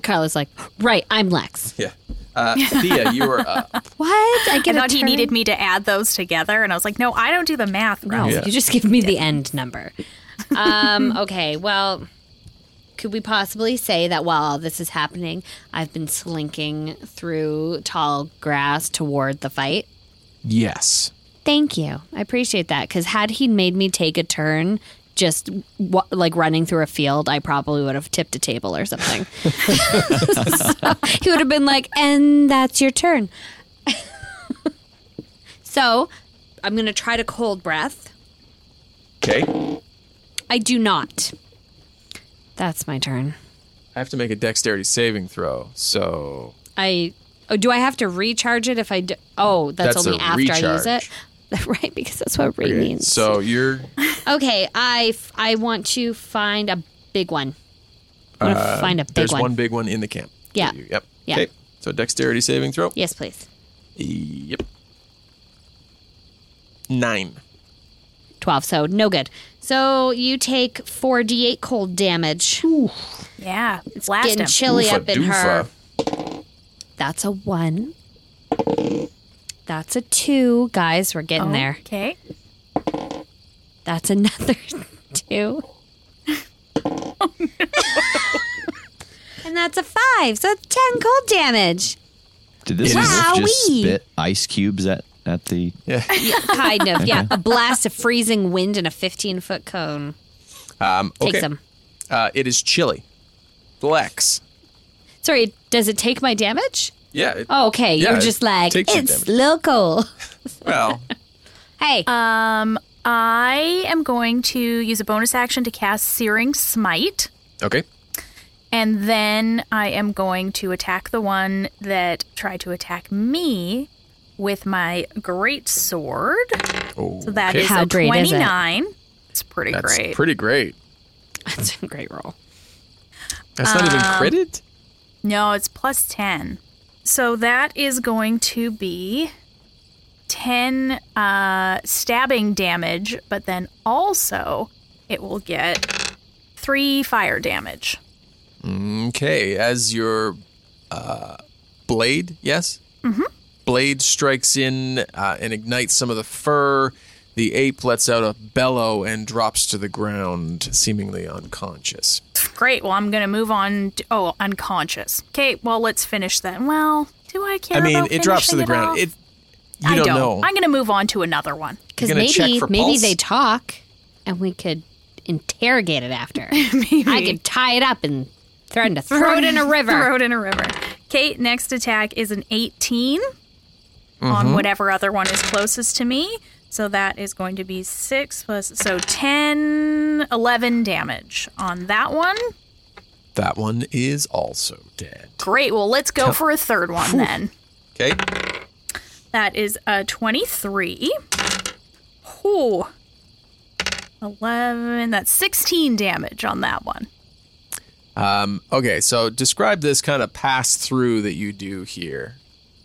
[SPEAKER 7] (laughs) Carla's like, right, I'm Lex.
[SPEAKER 5] Yeah. Uh, Thea, you are up.
[SPEAKER 7] What? (laughs) I get
[SPEAKER 8] I
[SPEAKER 7] a
[SPEAKER 8] thought he
[SPEAKER 7] turn?
[SPEAKER 8] needed me to add those together, and I was like, no, I don't do the math.
[SPEAKER 7] No,
[SPEAKER 8] Ralph.
[SPEAKER 7] you just give me the end number. Um, (laughs) okay, well, could we possibly say that while all this is happening, I've been slinking through tall grass toward the fight?
[SPEAKER 5] Yes.
[SPEAKER 7] Thank you. I appreciate that because had he made me take a turn just wa like running through a field, I probably would have tipped a table or something. (laughs) So, he would have been like, and that's your turn. (laughs) so I'm going to try to cold breath.
[SPEAKER 5] Okay.
[SPEAKER 7] I do not. That's my turn.
[SPEAKER 5] I have to make a dexterity saving throw, so
[SPEAKER 7] I oh, do I have to recharge it if I do? Oh, that's,
[SPEAKER 5] That's
[SPEAKER 7] only
[SPEAKER 5] a
[SPEAKER 7] after I use
[SPEAKER 5] recharge.
[SPEAKER 7] it. (laughs) Right, because that's what re means.
[SPEAKER 5] so
[SPEAKER 7] (laughs)
[SPEAKER 5] you're
[SPEAKER 7] Okay, I f- I want to find a big one. I want to find a
[SPEAKER 5] Uh,
[SPEAKER 7] big
[SPEAKER 5] there's
[SPEAKER 7] one.
[SPEAKER 5] one big one in the camp.
[SPEAKER 7] Yeah.
[SPEAKER 5] Yep.
[SPEAKER 7] Yeah.
[SPEAKER 5] Okay. So dexterity saving throw.
[SPEAKER 7] Yes, please.
[SPEAKER 5] Yep. Nine.
[SPEAKER 7] 12, so no good. So you take 4d8 cold damage.
[SPEAKER 8] Yeah, blast
[SPEAKER 7] Getting
[SPEAKER 8] him.
[SPEAKER 7] chilly
[SPEAKER 5] Oofa
[SPEAKER 7] up in
[SPEAKER 5] doofa.
[SPEAKER 7] her.
[SPEAKER 5] (laughs)
[SPEAKER 7] That's a 1. That's a 2. Guys, we're getting there.
[SPEAKER 8] Okay.
[SPEAKER 7] That's another (laughs) two. and that's a five, so it's ten cold damage.
[SPEAKER 6] Did this wolf just
[SPEAKER 7] Wowee.
[SPEAKER 6] spit ice cubes at, at the.
[SPEAKER 7] (laughs) Kind of, yeah. A blast of freezing wind and a 15 foot cone
[SPEAKER 5] Um,
[SPEAKER 7] takes
[SPEAKER 5] okay.
[SPEAKER 7] them.
[SPEAKER 5] Uh, it is chilly. Lex.
[SPEAKER 7] Sorry, does it take my damage?
[SPEAKER 5] Yeah. it-
[SPEAKER 7] Oh, okay.
[SPEAKER 5] Yeah,
[SPEAKER 7] You're
[SPEAKER 5] it
[SPEAKER 7] just like,
[SPEAKER 5] takes your
[SPEAKER 7] it's
[SPEAKER 5] damage."
[SPEAKER 7] local.
[SPEAKER 5] Well,
[SPEAKER 7] Hey,
[SPEAKER 8] Um, I am going to use a bonus action to cast Searing Smite,
[SPEAKER 7] (laughs)
[SPEAKER 5] okay.
[SPEAKER 8] and then I am going to attack the one that tried to attack me with my great sword.
[SPEAKER 5] Oh,
[SPEAKER 8] So that
[SPEAKER 5] okay.
[SPEAKER 8] is
[SPEAKER 7] How
[SPEAKER 8] a
[SPEAKER 7] great is it?
[SPEAKER 8] 29. It's pretty
[SPEAKER 5] That's
[SPEAKER 8] great.
[SPEAKER 5] pretty great.
[SPEAKER 7] (laughs) that's a great roll.
[SPEAKER 5] That's not even
[SPEAKER 7] Um,
[SPEAKER 5] critted.
[SPEAKER 8] no, it's plus 10. So that is going to be 10 uh, stabbing damage, but then also it will get 3 fire damage.
[SPEAKER 5] Okay, as your uh, blade, yes? Mm-hmm. Blade strikes in uh, and ignites some of the fur. The ape lets out a bellow and drops to the ground, seemingly unconscious.
[SPEAKER 8] Great. Well, I'm going to move on. To, oh, unconscious. Okay. Well, let's finish then. Well, do I care?
[SPEAKER 5] I mean,
[SPEAKER 8] about
[SPEAKER 5] it drops to
[SPEAKER 8] finishing
[SPEAKER 5] the
[SPEAKER 8] it off?
[SPEAKER 5] ground. It, you
[SPEAKER 8] I
[SPEAKER 5] don't, know.
[SPEAKER 8] I'm going to move on to another one.
[SPEAKER 7] Because
[SPEAKER 5] gonna check
[SPEAKER 7] maybe
[SPEAKER 5] for
[SPEAKER 7] maybe
[SPEAKER 5] pulse?
[SPEAKER 7] they talk and we could interrogate it (laughs) after. I could tie it up and threaten to (laughs) (laughs) throw it in a river.
[SPEAKER 8] Throw it in a river. Kate, next attack is an 18
[SPEAKER 5] Mm-hmm.
[SPEAKER 8] on whatever other one is closest to me. So that is going to be 6 plus. So 10, 11 damage on that one.
[SPEAKER 5] that one is also dead.
[SPEAKER 8] Great. Well, let's go for a third one then.
[SPEAKER 5] Okay.
[SPEAKER 8] That is a 23. Ooh. 11. That's 16 damage on that one.
[SPEAKER 5] Um, okay, so describe this kind of pass through that you do here.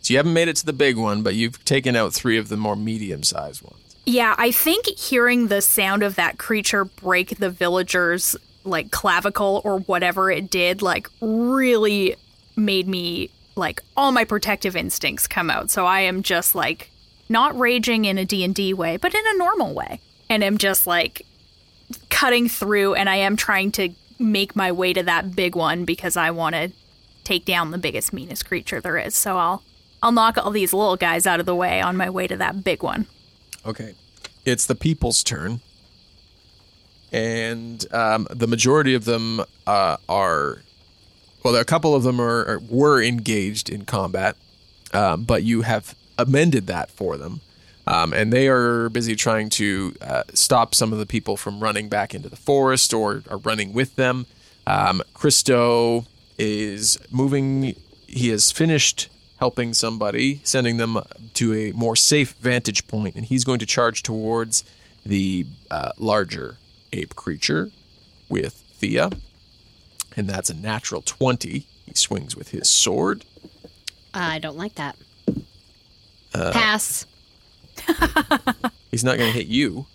[SPEAKER 5] So you haven't made it to the big one, but you've taken out three of the more medium sized ones.
[SPEAKER 8] Yeah, I think hearing the sound of that creature break the villager's like clavicle or whatever it did, like really made me like all my protective instincts come out. So I am just like not raging in a D&D way, but in a normal way. And am just like cutting through and I am trying to make my way to that big one because I want to take down the biggest, meanest creature there is. So I'll I'll knock all these little guys out of the way on my way to that big one.
[SPEAKER 5] Okay. It's the people's turn. And um, the majority of them uh, are, well, a couple of them are, are were engaged in combat, um, but you have amended that for them, um, and they are busy trying to uh, stop some of the people from running back into the forest or are running with them. Um, Christo is moving. He has finished helping somebody, sending them to a more safe vantage point, and he's going to charge towards the uh, larger ape creature with Thea. And that's a natural 20. He swings with his sword.
[SPEAKER 7] Uh, I don't like that.
[SPEAKER 5] Uh,
[SPEAKER 7] Pass.
[SPEAKER 5] He's not going to hit you.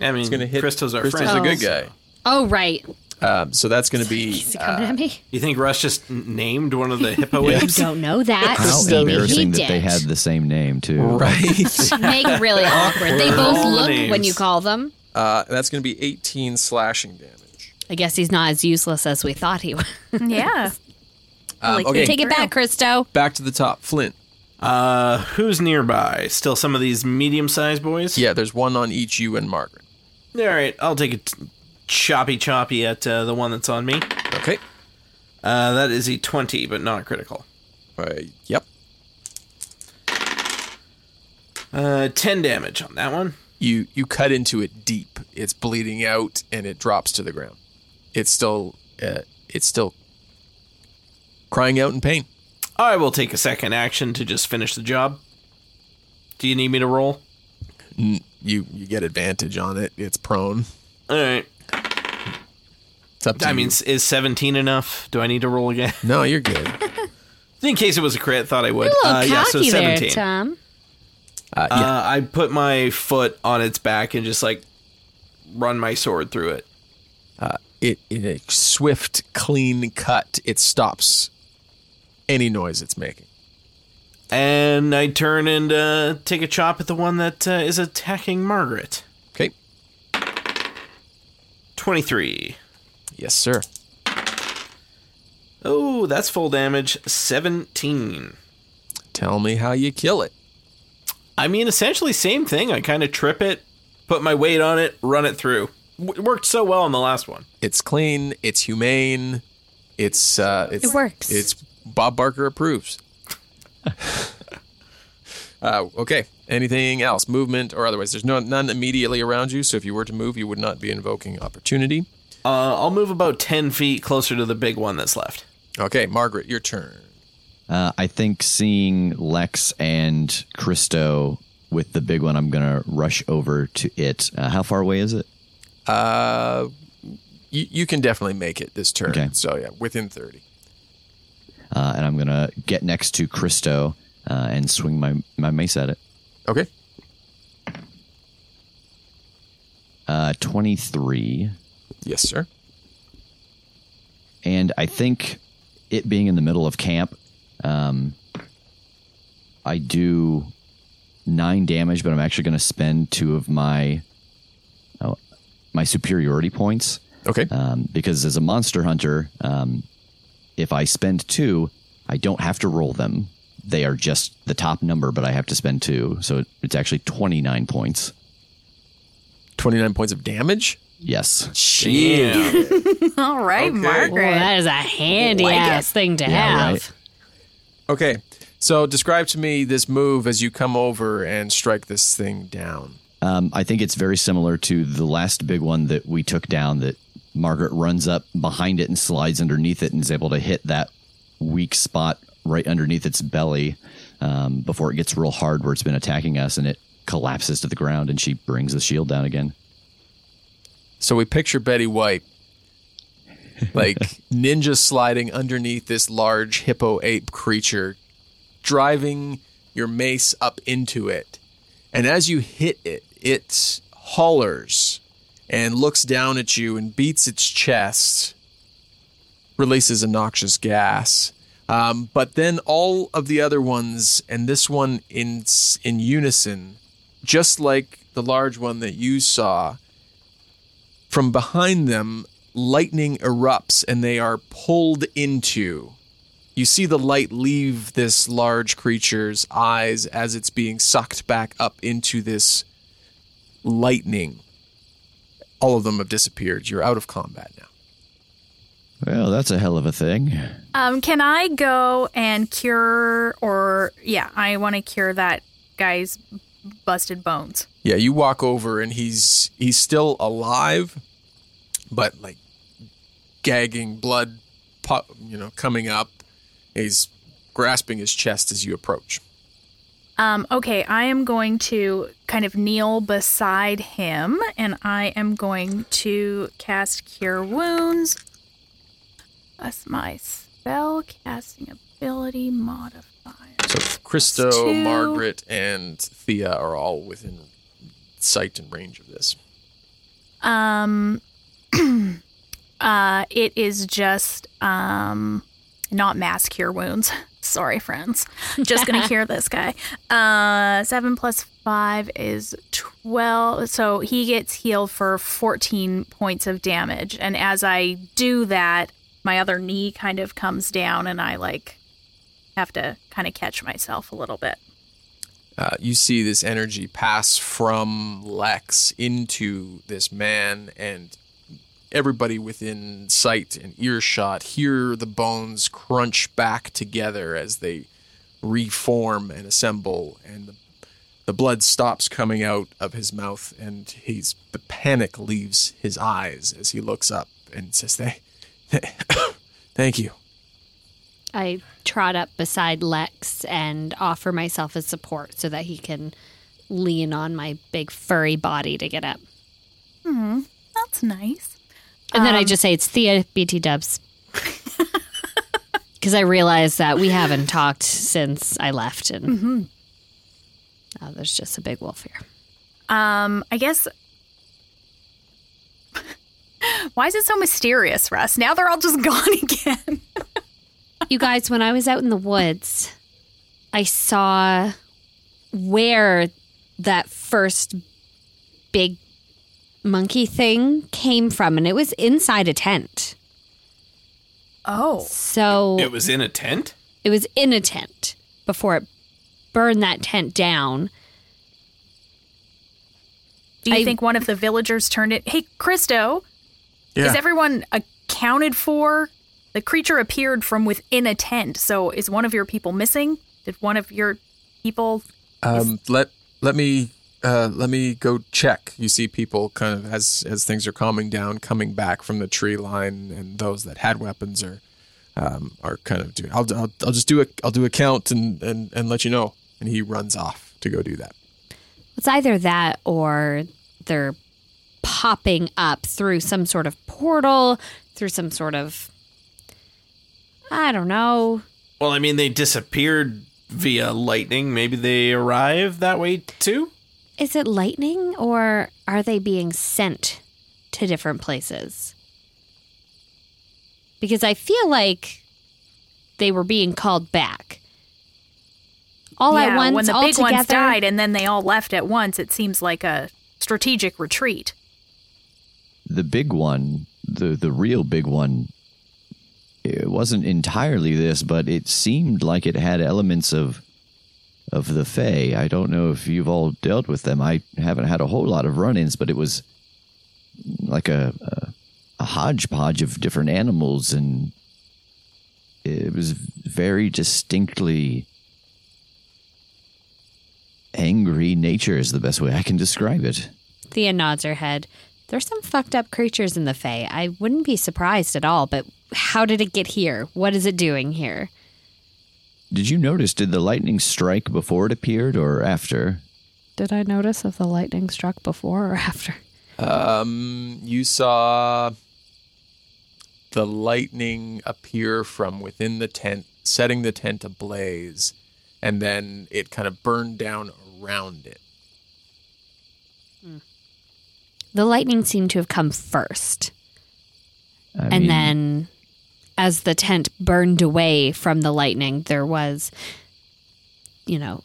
[SPEAKER 3] I mean,
[SPEAKER 5] He's going to hit.
[SPEAKER 3] Christo's our
[SPEAKER 5] Christo's
[SPEAKER 3] friend.
[SPEAKER 5] a good guy.
[SPEAKER 7] Oh right.
[SPEAKER 5] Um, so that's going to be.
[SPEAKER 7] Is he coming
[SPEAKER 6] Uh,
[SPEAKER 7] at me?
[SPEAKER 3] You think Russ just n- named one of the hippo
[SPEAKER 7] I
[SPEAKER 3] apes?
[SPEAKER 7] (laughs) don't know that.
[SPEAKER 6] How
[SPEAKER 7] Maybe
[SPEAKER 6] embarrassing
[SPEAKER 7] he
[SPEAKER 6] that they
[SPEAKER 7] did.
[SPEAKER 6] had the same name too.
[SPEAKER 5] uh, Right.
[SPEAKER 7] (laughs) Make
[SPEAKER 6] (laughs)
[SPEAKER 7] it really awkward. They both
[SPEAKER 3] All the
[SPEAKER 7] look when
[SPEAKER 3] names.
[SPEAKER 7] you call them.
[SPEAKER 5] uh, that's going to be 18 slashing damage.
[SPEAKER 7] I guess he's not as useless as we thought he was.
[SPEAKER 8] (laughs) Yeah.
[SPEAKER 5] Um,
[SPEAKER 8] Like,
[SPEAKER 5] okay.
[SPEAKER 7] Take it back, Christo.
[SPEAKER 5] back to the top. Flint.
[SPEAKER 3] Uh, who's nearby? Still some of these medium-sized boys?
[SPEAKER 5] Yeah, there's one on each you and Margaret.
[SPEAKER 3] All right, I'll take a t- choppy choppy at uh, the one that's on me.
[SPEAKER 5] Okay.
[SPEAKER 3] Uh, that is a 20, but not critical.
[SPEAKER 5] Uh, yep.
[SPEAKER 3] Uh, 10 damage on that one.
[SPEAKER 5] You you cut into it deep. It's bleeding out and it drops to the ground. It's still uh, it's still crying out in pain.
[SPEAKER 3] I will take a second action to just finish the job. Do you need me to roll?
[SPEAKER 5] You you get advantage on it. It's prone.
[SPEAKER 3] All right.
[SPEAKER 5] It's up to
[SPEAKER 3] I
[SPEAKER 5] you.
[SPEAKER 3] mean, s- is 17 enough? Do I need to roll again? (laughs)
[SPEAKER 5] no, you're good.
[SPEAKER 3] In case it was a crit, thought I would.
[SPEAKER 7] You're a little
[SPEAKER 3] uh,
[SPEAKER 7] cocky
[SPEAKER 3] yeah, so
[SPEAKER 7] there,
[SPEAKER 3] 17.
[SPEAKER 7] Tom.
[SPEAKER 5] Uh, yeah.
[SPEAKER 3] Uh, I put my foot on its back and just like run my sword through it.
[SPEAKER 5] it in a swift, clean cut, it stops any noise it's making.
[SPEAKER 3] And I turn and uh, take a chop at the one that uh, is attacking Margaret.
[SPEAKER 5] Okay.
[SPEAKER 3] 23.
[SPEAKER 5] Yes, sir.
[SPEAKER 3] Oh, that's full damage. 17.
[SPEAKER 5] Tell me how you kill it.
[SPEAKER 3] I mean, essentially, same thing. I kind of trip it, put my weight on it, run it through. W- worked so well on the last one.
[SPEAKER 5] It's clean. It's humane. It's uh, it's,
[SPEAKER 7] It works.
[SPEAKER 5] It's Bob Barker approves. (laughs) uh, okay. Anything else, movement or otherwise? There's no none immediately around you. So if you were to move, you would not be invoking opportunity.
[SPEAKER 3] Uh, I'll move about 10 feet closer to the big one that's left.
[SPEAKER 5] Okay, Margaret, your turn.
[SPEAKER 6] Uh, I think seeing Lex and Christo with the big one, I'm gonna rush over to it. Uh, how far away is it?
[SPEAKER 5] You, you can definitely make it this turn.
[SPEAKER 6] Okay.
[SPEAKER 5] So yeah, within thirty.
[SPEAKER 6] Uh, and I'm gonna get next to Christo uh, and swing my my mace at it.
[SPEAKER 5] Okay.
[SPEAKER 6] Uh, 23,
[SPEAKER 5] Yes, sir.
[SPEAKER 6] and I think it being in the middle of camp, um, I do nine damage, but I'm actually gonna spend two of my oh, my superiority points.
[SPEAKER 5] Okay.
[SPEAKER 6] um, because as a monster hunter, um, if I spend two, I don't have to roll them. They are just the top number, but I have to spend two, so it, it's actually twenty nine points.
[SPEAKER 5] Twenty nine points of damage.
[SPEAKER 6] Yes,
[SPEAKER 3] Yeah.
[SPEAKER 8] All right,
[SPEAKER 7] Well,
[SPEAKER 8] Margaret.
[SPEAKER 7] that is a handy ass thing to have.
[SPEAKER 6] right.
[SPEAKER 5] Okay. So describe to me this move as you come over and strike this thing down.
[SPEAKER 6] um, I think it's very similar to the last big one that we took down. That Margaret runs up behind it and slides underneath it and is able to hit that weak spot right underneath its belly um, before it gets real hard where it's been attacking us, and it collapses to the ground, and she brings the shield down again.
[SPEAKER 5] So we picture Betty White, like ninja sliding underneath this large hippo ape creature, driving your mace up into it. And as you hit it, it hollers and looks down at you and beats its chest, releases a noxious gas. Um, but then all of the other ones, and this one in s- in unison, just like the large one that you saw, from behind them, lightning erupts and they are pulled into You see the light leave this large creature's eyes as it's being sucked back up into this lightning. All of them have disappeared. You're out of combat now.
[SPEAKER 6] Well, that's a hell of a thing.
[SPEAKER 8] Um, can I go and cure or yeah, I want to cure that guy's busted bones.
[SPEAKER 5] Yeah, you walk over and he's he's still alive, but like gagging blood, pu- you know, coming up. He's grasping his chest as you approach.
[SPEAKER 8] Um, okay, I am going to kind of kneel beside him and I am going to cast cure wounds. That's my spell casting ability modifier.
[SPEAKER 5] So Christo,
[SPEAKER 8] Two.
[SPEAKER 5] Margaret, and Thea are all within sight and range of this.
[SPEAKER 8] Um, uh, it is just um, not mass cure wounds. (laughs) Sorry, friends. Just (laughs) gonna cure this guy. Uh, seven plus five is twelve. So he gets healed for fourteen points of damage. And as I do that, my other knee kind of comes down, and I like have to kind of catch myself a little bit.
[SPEAKER 5] Uh, you see this energy pass from Lex into this man, and everybody within sight and earshot hear the bones crunch back together as they reform and assemble, and the, the blood stops coming out of his mouth, and he's the panic leaves his eyes as he looks up and says, "They, (coughs) thank you."
[SPEAKER 7] I trot up beside Lex and offer myself as support so that he can lean on my big furry body to get up.
[SPEAKER 8] That's nice.
[SPEAKER 7] And then I just say it's Thea BT Dubs. (laughs) Because I realize that we haven't talked since I left, and now there's just a big wolf here.
[SPEAKER 8] Um, I guess. (laughs) Why is it so mysterious, Russ? Now they're all just (laughs) gone again.
[SPEAKER 7] You guys, when I was out in the woods, I saw where that first big monkey thing came from, and it was inside a tent.
[SPEAKER 8] Oh,
[SPEAKER 7] So
[SPEAKER 3] It was in a tent?
[SPEAKER 7] It was in a tent before it burned that tent down.
[SPEAKER 8] do you
[SPEAKER 7] I-
[SPEAKER 8] think one of the villagers turned it? Hey, Christo,
[SPEAKER 5] Yeah.
[SPEAKER 8] is everyone accounted for? The creature appeared from within a tent. So, is one of your people missing? Did one of your people?
[SPEAKER 5] Um, let let me uh, let me go check. You see people kind of as as things are calming down, coming back from the tree line, and those that had weapons are um, are kind of doing. I'll, I'll I'll just do a I'll do a count and and and let you know. And he runs off to go do that.
[SPEAKER 7] It's either that or they're popping up through some sort of portal, through some sort of I don't know.
[SPEAKER 3] Well, I mean, they disappeared via lightning. Maybe they arrived that way too?
[SPEAKER 7] Is it lightning or are they being sent to different places? Because I feel like they were being called back. All
[SPEAKER 8] yeah,
[SPEAKER 7] at once,
[SPEAKER 8] when the
[SPEAKER 7] all
[SPEAKER 8] big
[SPEAKER 7] together.
[SPEAKER 8] ones died and then they all left at once, it seems like a strategic retreat.
[SPEAKER 6] The big one, the the real big one, it wasn't entirely this, but it seemed like it had elements of of the Fae. I don't know if you've all dealt with them. I haven't had a whole lot of run-ins, but it was like a a, a hodgepodge of different animals, and it was very distinctly angry nature is the best way I can describe it.
[SPEAKER 7] Thea nods her head. There's some fucked up creatures in the Fae. I wouldn't be surprised at all, but how did it get here? What is it doing here?
[SPEAKER 6] Did you notice? Did the lightning strike before it appeared or after?
[SPEAKER 7] Did I notice if the lightning struck before or after?
[SPEAKER 5] Um, you saw the lightning appear from within the tent, setting the tent ablaze, and then it kind of burned down around it.
[SPEAKER 7] The lightning seemed to have come first.
[SPEAKER 6] I
[SPEAKER 7] and
[SPEAKER 6] mean,
[SPEAKER 7] then as the tent burned away from the lightning, there was, you know,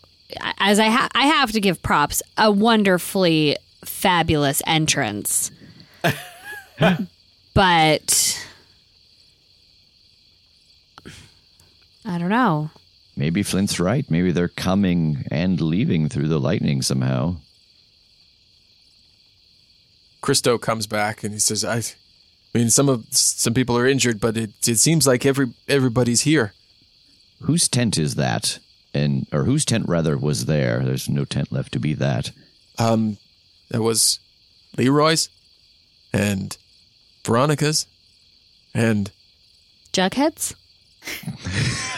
[SPEAKER 7] as I, ha- I have to give props, a wonderfully fabulous entrance.
[SPEAKER 6] (laughs)
[SPEAKER 7] but I don't know.
[SPEAKER 6] Maybe Flint's right. Maybe they're coming and leaving through the lightning somehow.
[SPEAKER 5] Christo comes back and he says, "I, I mean, some of some people are injured, but it, it seems like every everybody's here."
[SPEAKER 6] Whose tent is that? And or whose tent rather was there? There's no tent left to be that.
[SPEAKER 5] Um, that was Leroy's and Veronica's and
[SPEAKER 7] Jugheads?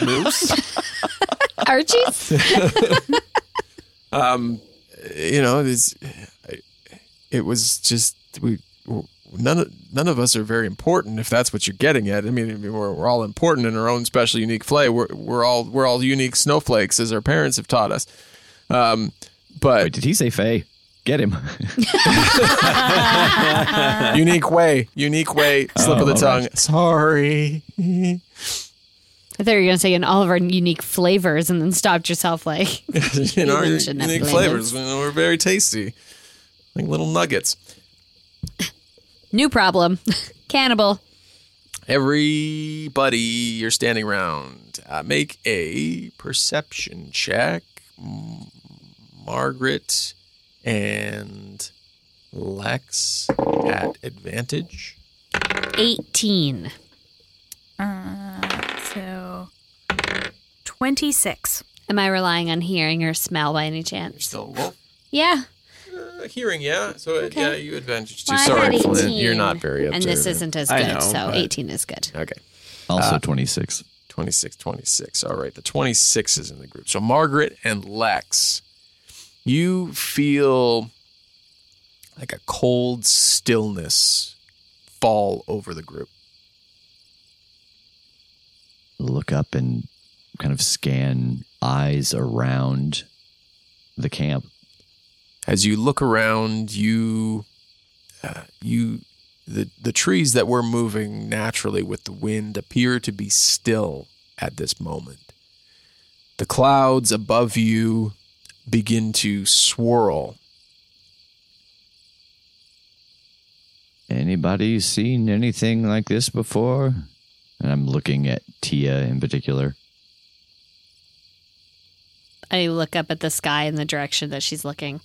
[SPEAKER 3] Moose?
[SPEAKER 7] Archie's?
[SPEAKER 5] um, you know, it's, it was just we none of none of us are very important if that's what you're getting at. I mean, we're, we're all important in our own special, unique way. We're we're all we're all unique snowflakes, as our parents have taught us. Um, but
[SPEAKER 6] Wait, did he say Faye? Get him. (laughs)
[SPEAKER 5] unique way, unique way, slip of the
[SPEAKER 6] all
[SPEAKER 5] tongue. Sorry. (laughs)
[SPEAKER 7] I thought you were going to say in all of our unique flavors and then stopped yourself like, (laughs)
[SPEAKER 5] in our
[SPEAKER 7] mentioned that
[SPEAKER 5] unique
[SPEAKER 7] flavors.
[SPEAKER 5] flavors. You know, we're very tasty, like little nuggets.
[SPEAKER 7] new problem. (laughs) Cannibal.
[SPEAKER 5] Everybody, you're standing around. Uh, make a perception check, M- Margaret and Lex at advantage.
[SPEAKER 7] 18.
[SPEAKER 8] So 26.
[SPEAKER 7] Am I relying on hearing or smell by any chance?
[SPEAKER 5] Still wolf.
[SPEAKER 7] Yeah.
[SPEAKER 5] Uh, hearing, yeah. So
[SPEAKER 7] Okay.
[SPEAKER 5] yeah, you advantage too.
[SPEAKER 7] Well, I had
[SPEAKER 5] Sorry, Flynn,
[SPEAKER 7] 18,
[SPEAKER 5] you're not very. Observant.
[SPEAKER 7] And this isn't as
[SPEAKER 3] I
[SPEAKER 7] good,
[SPEAKER 3] know,
[SPEAKER 7] so
[SPEAKER 3] but-
[SPEAKER 7] 18 is good.
[SPEAKER 5] okay.
[SPEAKER 6] also 26.
[SPEAKER 5] 26, 26. All right. The 26 is in the group. So Margaret and Lex, you feel like a cold stillness fall over the group.
[SPEAKER 6] Look up and kind of scan eyes around the camp.
[SPEAKER 5] As you look around, you, uh, you, the, the trees that were moving naturally with the wind appear to be still at this moment. The clouds above you begin to swirl
[SPEAKER 6] Anybody seen anything like this before? And I'm looking at Tia in particular.
[SPEAKER 7] I look up at the sky in the direction that she's looking.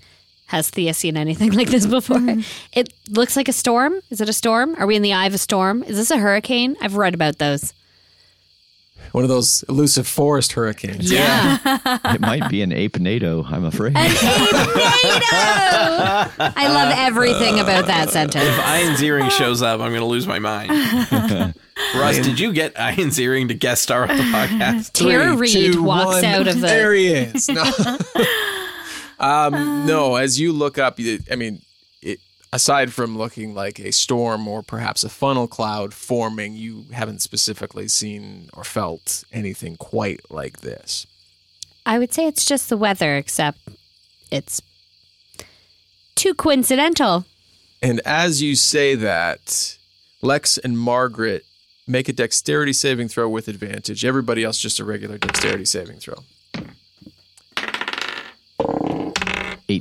[SPEAKER 7] Has Thea seen anything (laughs) like this before? It looks like a storm. Is it a storm? Are we in the eye of a storm? Is this a hurricane? I've read about those.
[SPEAKER 5] one of those elusive forest hurricanes.
[SPEAKER 7] Yeah.
[SPEAKER 6] it might be an ape NATO, I'm afraid.
[SPEAKER 7] I love everything about that sentence.
[SPEAKER 3] if Ian's earring shows up, I'm going to lose my mind. Russ, did you get Ian's earring to guest star on the
[SPEAKER 7] (laughs)
[SPEAKER 3] podcast?
[SPEAKER 7] Tara Reed walks out of
[SPEAKER 5] (laughs)
[SPEAKER 7] the.
[SPEAKER 5] There he is. No.
[SPEAKER 7] (laughs)
[SPEAKER 5] um, no, as you look up, you- I mean, it, aside from looking like a storm or perhaps a funnel cloud forming, you haven't specifically seen or felt anything quite like this.
[SPEAKER 7] I would say it's just the weather, except it's too coincidental.
[SPEAKER 5] And as you say that, Lex and Margaret make a dexterity saving throw with advantage. Everybody else just a regular dexterity saving throw.
[SPEAKER 6] 18.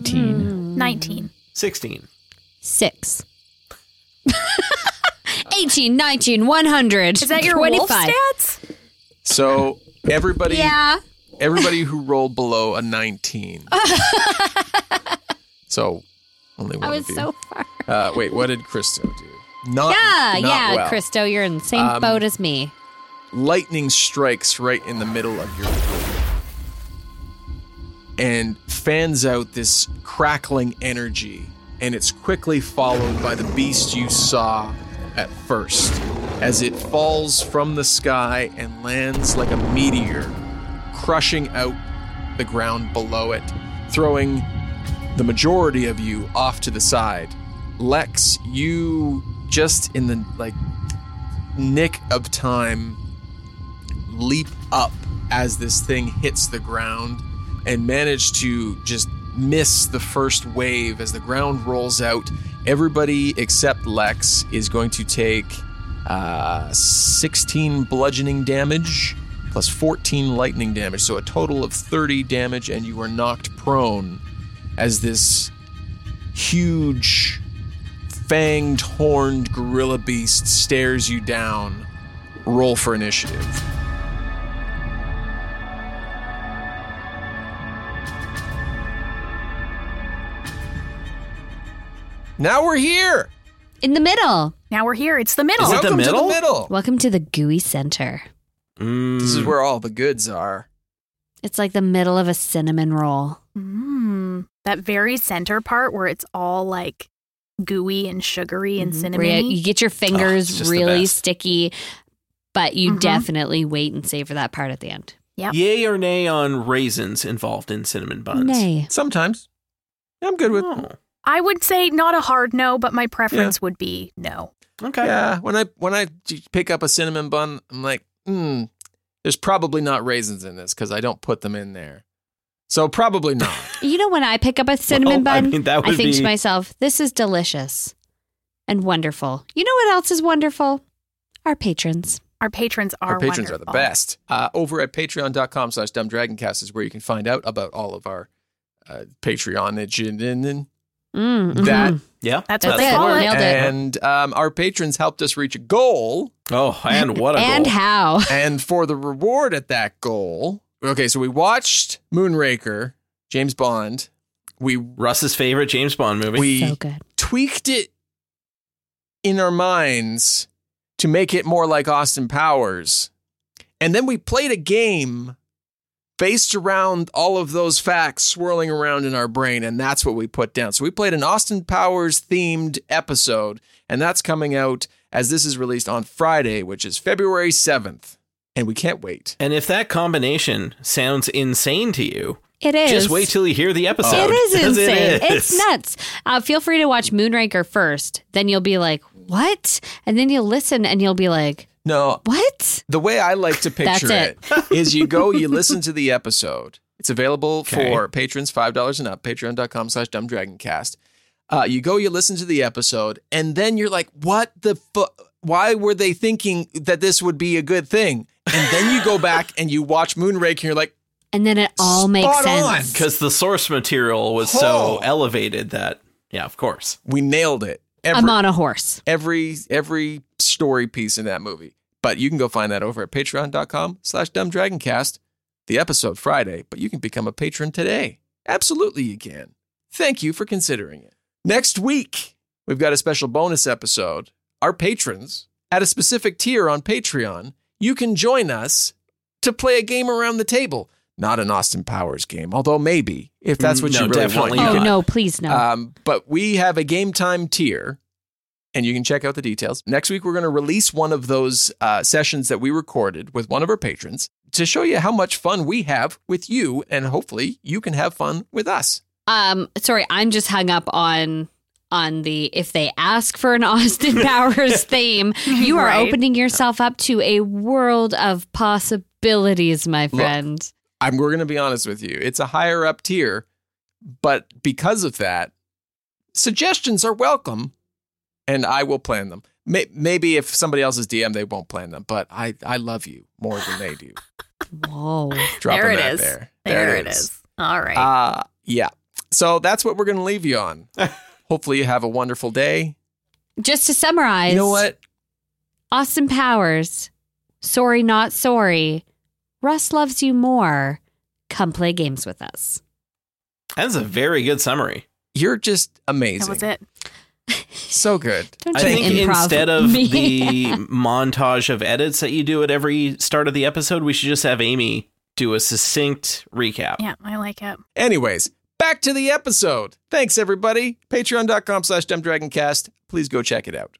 [SPEAKER 8] Hmm. 19.
[SPEAKER 7] Mm.
[SPEAKER 3] 16.
[SPEAKER 7] Six. (laughs) 18, 19, 100.
[SPEAKER 8] Is that your wolf stats?
[SPEAKER 5] So everybody
[SPEAKER 7] Yeah.
[SPEAKER 5] Everybody who rolled below a 19. so only one
[SPEAKER 7] I was
[SPEAKER 5] of you.
[SPEAKER 7] so far.
[SPEAKER 5] uh, wait, what did Christo do? (laughs) Not,
[SPEAKER 7] Yeah,
[SPEAKER 5] not
[SPEAKER 7] yeah,
[SPEAKER 5] well. Um,
[SPEAKER 7] Christo, you're in the same boat as me.
[SPEAKER 5] Lightning strikes right in the middle of your group and fans out this crackling energy, and it's quickly followed by the beast you saw at first as it falls from the sky and lands like a meteor, crushing out the ground below it, throwing the majority of you off to the side. Lex, you just in the like nick of time leap up as this thing hits the ground and manage to just miss the first wave as the ground rolls out. Everybody except Lex is going to take uh, 16 bludgeoning damage plus 14 lightning damage, so a total of 30 damage, and you are knocked prone as this huge fanged horned gorilla beast stares you down. Roll for initiative. Now we're here.
[SPEAKER 7] In the middle.
[SPEAKER 8] Now we're here. It's the middle.
[SPEAKER 3] Is it the
[SPEAKER 5] Welcome to
[SPEAKER 3] middle?
[SPEAKER 5] the middle.
[SPEAKER 7] Welcome to the gooey center.
[SPEAKER 3] Mm.
[SPEAKER 5] This is where all the goods are.
[SPEAKER 7] It's like the middle of a cinnamon roll.
[SPEAKER 8] Mm, that very center part where it's all like gooey and sugary and
[SPEAKER 7] Mm-hmm. Where you-
[SPEAKER 8] cinnamony.
[SPEAKER 7] you get your
[SPEAKER 3] Oh, Mm-hmm. it's
[SPEAKER 7] fingers
[SPEAKER 3] just the
[SPEAKER 7] really
[SPEAKER 3] best.
[SPEAKER 7] sticky, but you
[SPEAKER 8] Mhm.
[SPEAKER 7] definitely wait and savor that part at the end.
[SPEAKER 8] Yep.
[SPEAKER 3] Yay or nay on raisins involved in cinnamon buns?
[SPEAKER 7] Nay.
[SPEAKER 5] Sometimes. I'm good with.
[SPEAKER 3] Oh,
[SPEAKER 8] I would say not a hard no, but my preference would be no.
[SPEAKER 3] okay.
[SPEAKER 5] Yeah. When I when I j- pick up a cinnamon bun, I'm like, hmm, there's probably not raisins in this because I don't put them in there. So probably not.
[SPEAKER 7] You know, when I pick up a cinnamon
[SPEAKER 3] Well, I
[SPEAKER 7] bun, I,
[SPEAKER 3] mean, that would
[SPEAKER 7] think to
[SPEAKER 3] be-
[SPEAKER 7] myself, this is delicious and wonderful. You know what else is wonderful? Our patrons.
[SPEAKER 8] Our patrons are
[SPEAKER 5] our patrons are the
[SPEAKER 8] wonderful.
[SPEAKER 5] best. Uh, over at patreon.com slash dumbdragoncast is where you can find out about all of our uh, Patreonage and, and, and
[SPEAKER 7] Mm, mhm.
[SPEAKER 5] that.
[SPEAKER 3] Yeah.
[SPEAKER 8] That's
[SPEAKER 7] That's
[SPEAKER 8] what they
[SPEAKER 7] it.
[SPEAKER 8] call it.
[SPEAKER 7] Nailed it.
[SPEAKER 5] And um, our patrons helped us reach a goal.
[SPEAKER 3] Oh, and what a
[SPEAKER 7] and
[SPEAKER 3] goal.
[SPEAKER 7] how.
[SPEAKER 5] and for the reward at that goal, okay, so we watched Moonraker, James Bond. We
[SPEAKER 3] Russ's favorite James Bond movie.
[SPEAKER 5] we
[SPEAKER 7] So good.
[SPEAKER 5] tweaked it in our minds to make it more like Austin Powers. And then we played a game based around all of those facts swirling around in our brain, and that's what we put down. So we played an Austin Powers themed episode, and that's coming out as this is released on Friday, which is February 7th. And we can't wait.
[SPEAKER 3] and if that combination sounds insane to you,
[SPEAKER 7] It is.
[SPEAKER 3] just wait till you hear the episode.
[SPEAKER 7] It
[SPEAKER 3] (laughs)
[SPEAKER 7] is
[SPEAKER 3] 'cause it
[SPEAKER 7] insane.
[SPEAKER 3] is.
[SPEAKER 7] It's nuts. Uh, feel free to watch Moonraker first. Then you'll be like, what? And then you'll listen and you'll be like,
[SPEAKER 5] No,
[SPEAKER 7] what?
[SPEAKER 5] the way I like
[SPEAKER 7] (laughs)
[SPEAKER 5] to
[SPEAKER 7] That's
[SPEAKER 5] picture it is you go, you listen to the episode. It's available
[SPEAKER 3] Okay.
[SPEAKER 5] for patrons five dollars and up, patreon.com slash dumbdragoncast. Uh, you go, you listen to the episode, and then you're like, what the fu- why were they thinking that this would be a good thing? And then you go back and you watch Moonraker, and you're like,
[SPEAKER 7] And then it all makes
[SPEAKER 5] Spot on.
[SPEAKER 7] sense.
[SPEAKER 3] Because the source material was
[SPEAKER 5] Oh.
[SPEAKER 3] so elevated that, yeah, of course.
[SPEAKER 5] we nailed it. Every,
[SPEAKER 7] I'm on a horse.
[SPEAKER 5] every every story piece in that movie. But you can go find that over at patreon.com slash dumbdragoncast, the episode Friday, but you can become a patron today. Absolutely you can. Thank you for considering it. Next week, we've got a special bonus episode. Our patrons at a specific tier on Patreon, you can join us to play a game around the table. Not an Austin Powers game, although maybe if that's what
[SPEAKER 3] No,
[SPEAKER 5] you Mm, really want.
[SPEAKER 3] definitely
[SPEAKER 5] you
[SPEAKER 7] Oh,
[SPEAKER 5] can
[SPEAKER 3] not.
[SPEAKER 7] no, please no.
[SPEAKER 5] um, but we have a game time tier, and you can check out the details. Next week, we're going to release one of those uh, sessions that we recorded with one of our patrons to show you how much fun we have with you, and hopefully, you can have fun with us.
[SPEAKER 7] Um, sorry, I'm just hung up on on the if they ask for an (laughs) Austin Powers theme, you are
[SPEAKER 8] Right.
[SPEAKER 7] opening yourself up to a world of possibilities, my friend.
[SPEAKER 5] I'm, we're going to be honest with you, it's a higher up tier, but because of that, suggestions are welcome, and I will plan them. May- Maybe if somebody else is DM, they won't plan them, but I, I love you more than they
[SPEAKER 8] (laughs)
[SPEAKER 5] do.
[SPEAKER 7] Whoa.
[SPEAKER 5] Dropping
[SPEAKER 8] There it
[SPEAKER 5] that
[SPEAKER 8] is.
[SPEAKER 5] There.
[SPEAKER 8] There, it is. All right.
[SPEAKER 5] Uh, yeah. So that's what we're going to leave you on. Hopefully, you have a wonderful day.
[SPEAKER 7] Just to summarize,
[SPEAKER 5] You know what?
[SPEAKER 7] Austin Powers, sorry not sorry. Russ loves you more. Come play games with us.
[SPEAKER 3] That's a very good summary.
[SPEAKER 5] You're just
[SPEAKER 8] that
[SPEAKER 5] amazing.
[SPEAKER 8] was it.
[SPEAKER 5] So good.
[SPEAKER 7] Don't
[SPEAKER 3] I
[SPEAKER 7] try to
[SPEAKER 3] think
[SPEAKER 7] improv
[SPEAKER 3] instead of
[SPEAKER 7] me. (laughs)
[SPEAKER 3] the montage of edits that you do at every start of the episode, we should just have Amy do a succinct recap.
[SPEAKER 8] Yeah, I like it.
[SPEAKER 5] Anyways, back to the episode. Thanks, everybody. Patreon.com slash dumbdragoncast. Please go check it out.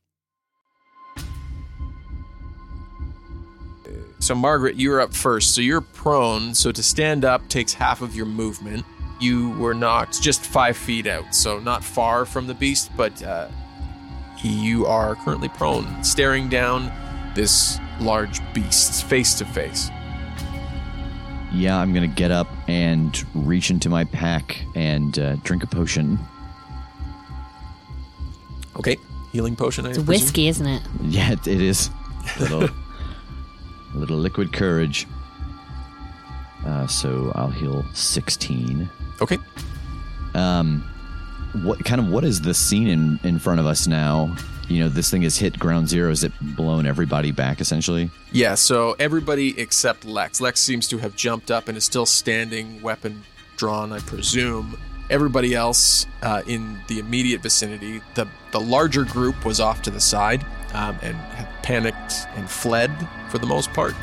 [SPEAKER 5] So, Margaret, you're up first. So, you're prone. So, to stand up takes half of your movement. You were knocked just five feet out. So, not far from the beast, but uh, you are currently prone, staring down this large beast face to face.
[SPEAKER 6] Yeah, I'm going to get up and reach into my pack and uh, drink a potion.
[SPEAKER 5] Okay. Healing potion, I
[SPEAKER 7] It's
[SPEAKER 5] presume?
[SPEAKER 7] whiskey, isn't it?
[SPEAKER 6] Yeah, it, it is. Little, little liquid courage. Uh, so I'll heal 16.
[SPEAKER 5] Okay.
[SPEAKER 6] Um, what kind of what is the scene in in front of us now? You know, this thing has hit ground zero. Has it blown everybody back essentially?
[SPEAKER 5] Yeah, so everybody except Lex. Lex seems to have jumped up and is still standing, weapon drawn, I presume, everybody else uh, in the immediate vicinity. The, the larger group was off to the side um, and have panicked and fled for the most part.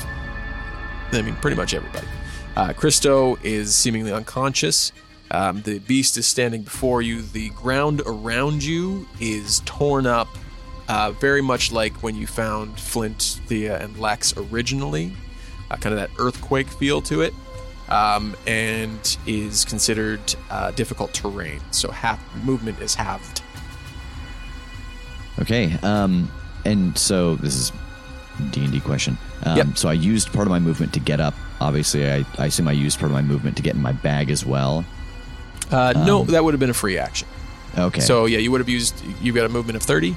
[SPEAKER 5] I mean, pretty much everybody. Uh, Christo is seemingly unconscious. Um, the beast is standing before you. The ground around you is torn up, uh, very much like when you found Flint, Thea, and Lex originally. Uh, kind of that earthquake feel to it, um, and is considered uh, difficult terrain. So half movement is halved.
[SPEAKER 6] Okay. Um, and so this is D and D question. Um,
[SPEAKER 5] Yep.
[SPEAKER 6] So I used part of my movement to get up. Obviously, I, I assume I used part of my movement to get in my bag as well.
[SPEAKER 5] Uh, no, that would have been a free action.
[SPEAKER 6] Okay.
[SPEAKER 5] So yeah, you would have used. You've got a movement of thirty.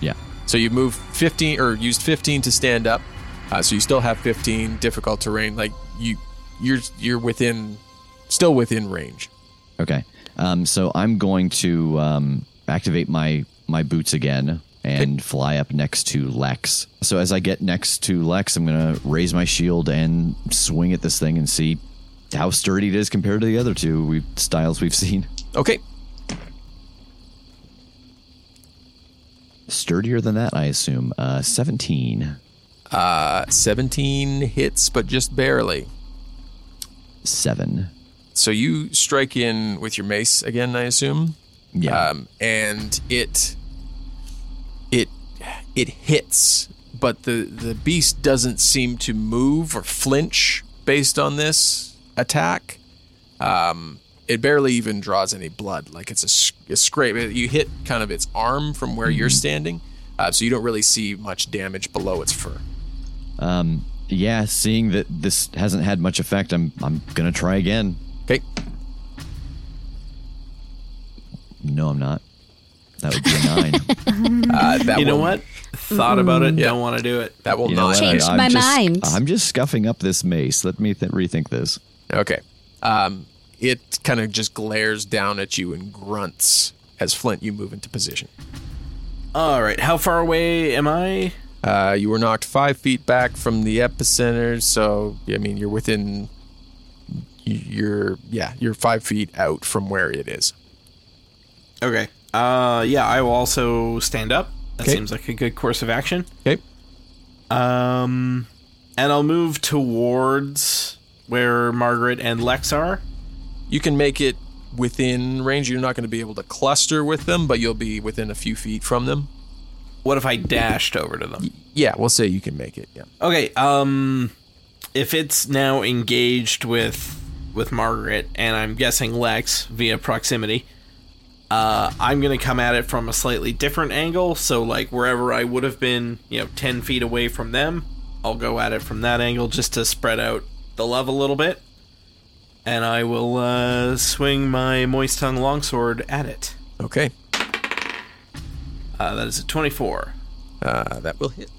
[SPEAKER 6] yeah.
[SPEAKER 5] So you move 15 or used 15 to stand up. Uh, so you still have 15 difficult terrain. Like you, you're you're within, still within range.
[SPEAKER 6] Okay. Um, so I'm going to um, activate my my boots again and fly up next to Lex. So as I get next to Lex, I'm going to raise my shield and swing at this thing and see how sturdy it is compared to the other two we, styles we've (laughs) seen.
[SPEAKER 5] Okay.
[SPEAKER 6] Sturdier than that, I assume. Uh, 17.
[SPEAKER 5] Uh, 17 hits, but just barely.
[SPEAKER 6] 7.
[SPEAKER 5] So you strike in with your mace again, I assume.
[SPEAKER 6] Yeah.
[SPEAKER 5] Um, and it it it hits, but the the beast doesn't seem to move or flinch based on this attack. Um, it barely even draws any blood. Like it's a, s- a scrape. You hit kind of its arm from where
[SPEAKER 6] Mm-hmm.
[SPEAKER 5] you're standing, uh, so you don't really see much damage below its fur.
[SPEAKER 6] Um, yeah, seeing that this hasn't had much effect, I'm, I'm going to try again.
[SPEAKER 5] Okay.
[SPEAKER 6] No, I'm not. That would be a 9.
[SPEAKER 5] Uh, that
[SPEAKER 3] You know
[SPEAKER 5] will-
[SPEAKER 3] what? Thought about it. Don't want to do it.
[SPEAKER 5] That will
[SPEAKER 6] You know
[SPEAKER 5] not
[SPEAKER 6] what?
[SPEAKER 7] Changed
[SPEAKER 6] I'm
[SPEAKER 7] my
[SPEAKER 6] just-
[SPEAKER 7] mind.
[SPEAKER 6] I'm just scuffing up this mace. Let me th- rethink this.
[SPEAKER 5] Okay. Um, it kind of just glares down at you and grunts as Flint, you move into position.
[SPEAKER 3] All right. How far away am I?
[SPEAKER 5] Uh, you were knocked five feet back from the epicenter, so I mean you're within. You're yeah, you're five feet out from where it is.
[SPEAKER 3] Okay. Uh, yeah. I will also stand up. That
[SPEAKER 5] Okay.
[SPEAKER 3] seems like a good course of action.
[SPEAKER 5] Okay.
[SPEAKER 3] Um, and I'll move towards where Margaret and Lex are.
[SPEAKER 5] You can make it within range. You're not going to be able to cluster with them, but you'll be within a few feet from them.
[SPEAKER 3] What if I dashed over to them?
[SPEAKER 5] Yeah, we'll say you can make it. Yeah.
[SPEAKER 3] Okay. Um, if it's now engaged with with Margaret and I'm guessing Lex via proximity, uh, I'm gonna come at it from a slightly different angle. So like wherever I would have been, you know, ten feet away from them, I'll go at it from that angle just to spread out the love a little bit. And I will uh, swing my moist tongue longsword at it.
[SPEAKER 5] Okay.
[SPEAKER 3] Uh, that is a twenty-four.
[SPEAKER 5] Uh, that will hit.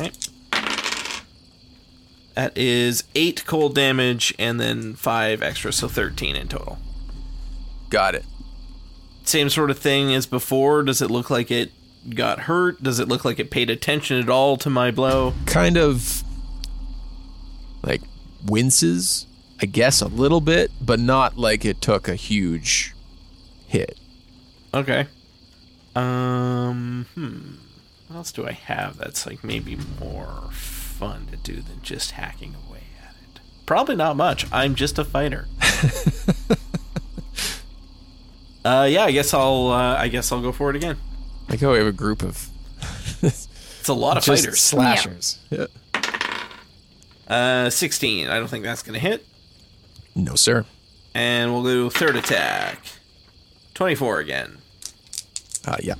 [SPEAKER 3] Okay. That is eight cold damage and then five extra, so 13 in total.
[SPEAKER 5] Got it.
[SPEAKER 3] Same sort of thing as before. Does it look like it got hurt? Does it look like it paid attention at all to my blow?
[SPEAKER 5] kind of like winces, I guess, a little bit, but not like it took a huge hit.
[SPEAKER 3] Okay. Um, hmm. What else do I have that's like maybe more fun to do than just hacking away at it? Probably not much. I'm just a fighter. uh, yeah, I guess I'll. Uh, I guess I'll go for it again.
[SPEAKER 5] Like how we have a group of
[SPEAKER 3] It's a lot of
[SPEAKER 5] just
[SPEAKER 3] fighters.
[SPEAKER 5] slashers. Yeah.
[SPEAKER 3] Uh, 16. I don't think that's going to hit.
[SPEAKER 5] No, sir.
[SPEAKER 3] And we'll do third attack. 24 again.
[SPEAKER 5] Uh, yeah.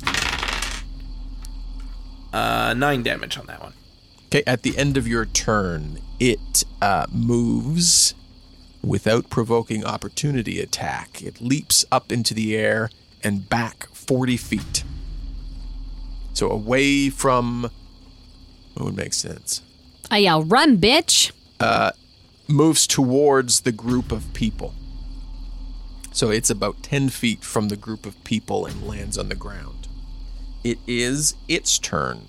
[SPEAKER 3] Uh, 9 damage on that one.
[SPEAKER 5] Okay, at the end of your turn, it uh, moves without provoking opportunity attack. It leaps up into the air and back 40 feet. So away from. What would make sense?
[SPEAKER 7] I yell, run, bitch.
[SPEAKER 5] moves towards the group of people. So it's about 10 feet from the group of people and lands on the ground. It is its turn.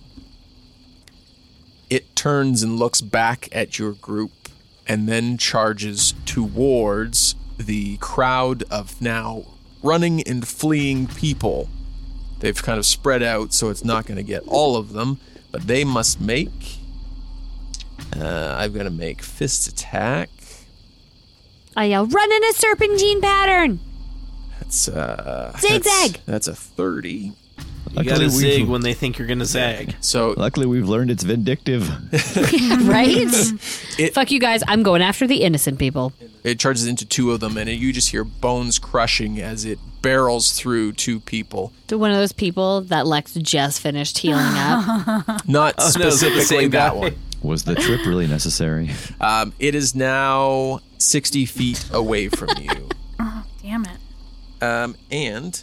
[SPEAKER 5] It turns and looks back at your group and then charges towards the crowd of now running and fleeing people. They've kind of spread out, so it's not going to get all of them, but they must make. Uh, I've got to make fist attack.
[SPEAKER 7] I yell, run in a serpentine pattern.
[SPEAKER 5] That's uh,
[SPEAKER 7] Zigzag!
[SPEAKER 5] That's, that's a thirty.
[SPEAKER 3] You gotta
[SPEAKER 6] Luckily
[SPEAKER 3] zig
[SPEAKER 6] we've,
[SPEAKER 3] when they think you're gonna zag.
[SPEAKER 5] So
[SPEAKER 6] luckily, we've learned it's vindictive.
[SPEAKER 7] (laughs)
[SPEAKER 3] (laughs)
[SPEAKER 7] right? Fuck you guys. I'm going after the innocent people.
[SPEAKER 5] It charges into two of them, and you just hear bones crushing as it barrels through two people.
[SPEAKER 7] To one of those people that Lex just finished healing (gasps) up.
[SPEAKER 5] Not
[SPEAKER 3] Oh, no, it's the same
[SPEAKER 5] specifically that
[SPEAKER 3] guy.
[SPEAKER 5] one.
[SPEAKER 3] (laughs)
[SPEAKER 6] Was the trip really necessary?
[SPEAKER 5] Um, it is now 60 feet away from
[SPEAKER 3] (laughs)
[SPEAKER 5] you.
[SPEAKER 8] Damn it.
[SPEAKER 5] Um, and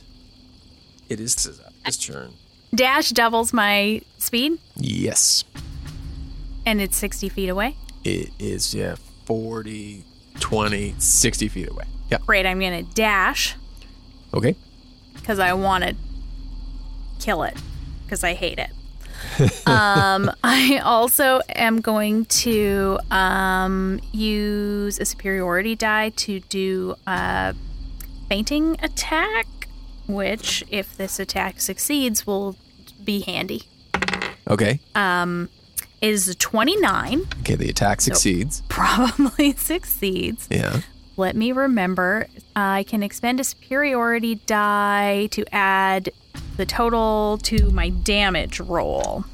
[SPEAKER 5] it is his turn.
[SPEAKER 8] Dash doubles my speed,
[SPEAKER 5] Yes.
[SPEAKER 8] and it's 60 feet away.
[SPEAKER 5] It is, yeah, 40, 20, 60 feet away. Yeah.
[SPEAKER 8] Great, I'm gonna dash
[SPEAKER 5] Okay.
[SPEAKER 8] because I want to kill it because I hate it. um, I also am going to um, use a superiority die to do a fainting attack, which, if this attack succeeds, will be handy.
[SPEAKER 5] Okay.
[SPEAKER 8] It is a 29,
[SPEAKER 5] Okay. The attack succeeds.
[SPEAKER 8] (laughs) probably succeeds.
[SPEAKER 5] Yeah.
[SPEAKER 8] Let me remember. I can expend a superiority die to add the total to my damage roll.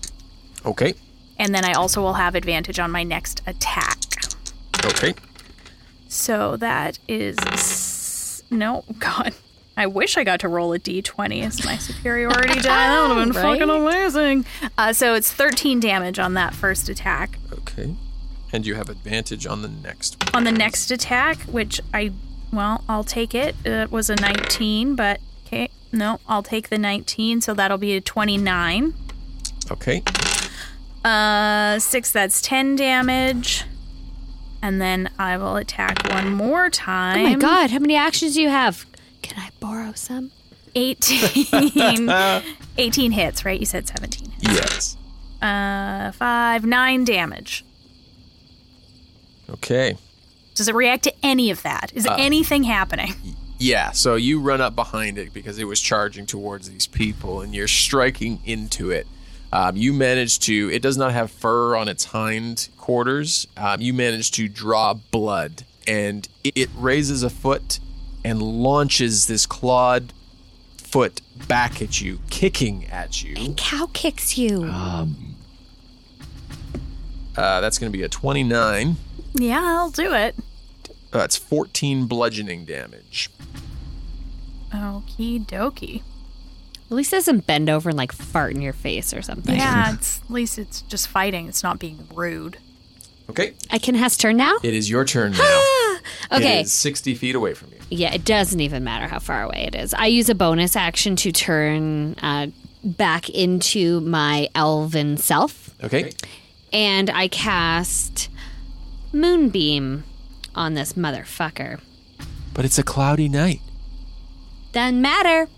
[SPEAKER 5] Okay.
[SPEAKER 8] And then I also will have advantage on my next attack.
[SPEAKER 5] Okay.
[SPEAKER 8] So that is. s- No, (laughs) God. I wish I got to roll a d20 as my superiority die. That would have been
[SPEAKER 7] Right?
[SPEAKER 8] fucking amazing. Uh, so it's 13 damage on that first attack.
[SPEAKER 5] Okay. And you have advantage on the next one.
[SPEAKER 8] On the next attack, which I, well, I'll take it. It was a 19, but okay. No, I'll take the 19, so that'll be a 29.
[SPEAKER 5] Okay.
[SPEAKER 8] Uh, six, that's 10 damage. And then I will attack one more
[SPEAKER 7] Oh my
[SPEAKER 8] time.
[SPEAKER 7] god, how many actions do you have? Can I borrow some? (laughs)
[SPEAKER 8] 18. 18 hits, right? You said 17.
[SPEAKER 5] Yes.
[SPEAKER 8] Uh, five, nine damage.
[SPEAKER 5] Okay.
[SPEAKER 8] Does it react to any of that? Is anything happening?
[SPEAKER 5] Yeah, so you run up behind it because it was charging towards these people, and you're striking into it. Um, you manage to. It does not have fur on its hind quarters. Um, you manage to draw blood, and it, it raises a foot and launches this clawed foot back at you, kicking at you.
[SPEAKER 7] Cow kicks (gasps) you.
[SPEAKER 5] Uh, that's going to be a 29.
[SPEAKER 8] Yeah, I'll do it.
[SPEAKER 5] Uh, That's 14 bludgeoning damage.
[SPEAKER 8] Okie dokie.
[SPEAKER 7] At least it doesn't bend over and like fart in your face or something.
[SPEAKER 8] Yeah, it's, at least it's just fighting. It's not being rude.
[SPEAKER 5] Okay,
[SPEAKER 7] (laughs) I can has turn now?
[SPEAKER 5] it is your turn now.
[SPEAKER 7] (gasps) Okay.
[SPEAKER 5] It is 60 feet away from you.
[SPEAKER 7] Yeah, it doesn't even matter how far away it is. I use a bonus action to turn uh, back into my elven self,
[SPEAKER 5] Okay.
[SPEAKER 7] and I cast Moonbeam on this motherfucker.
[SPEAKER 5] But it's a cloudy night.
[SPEAKER 7] Doesn't matter.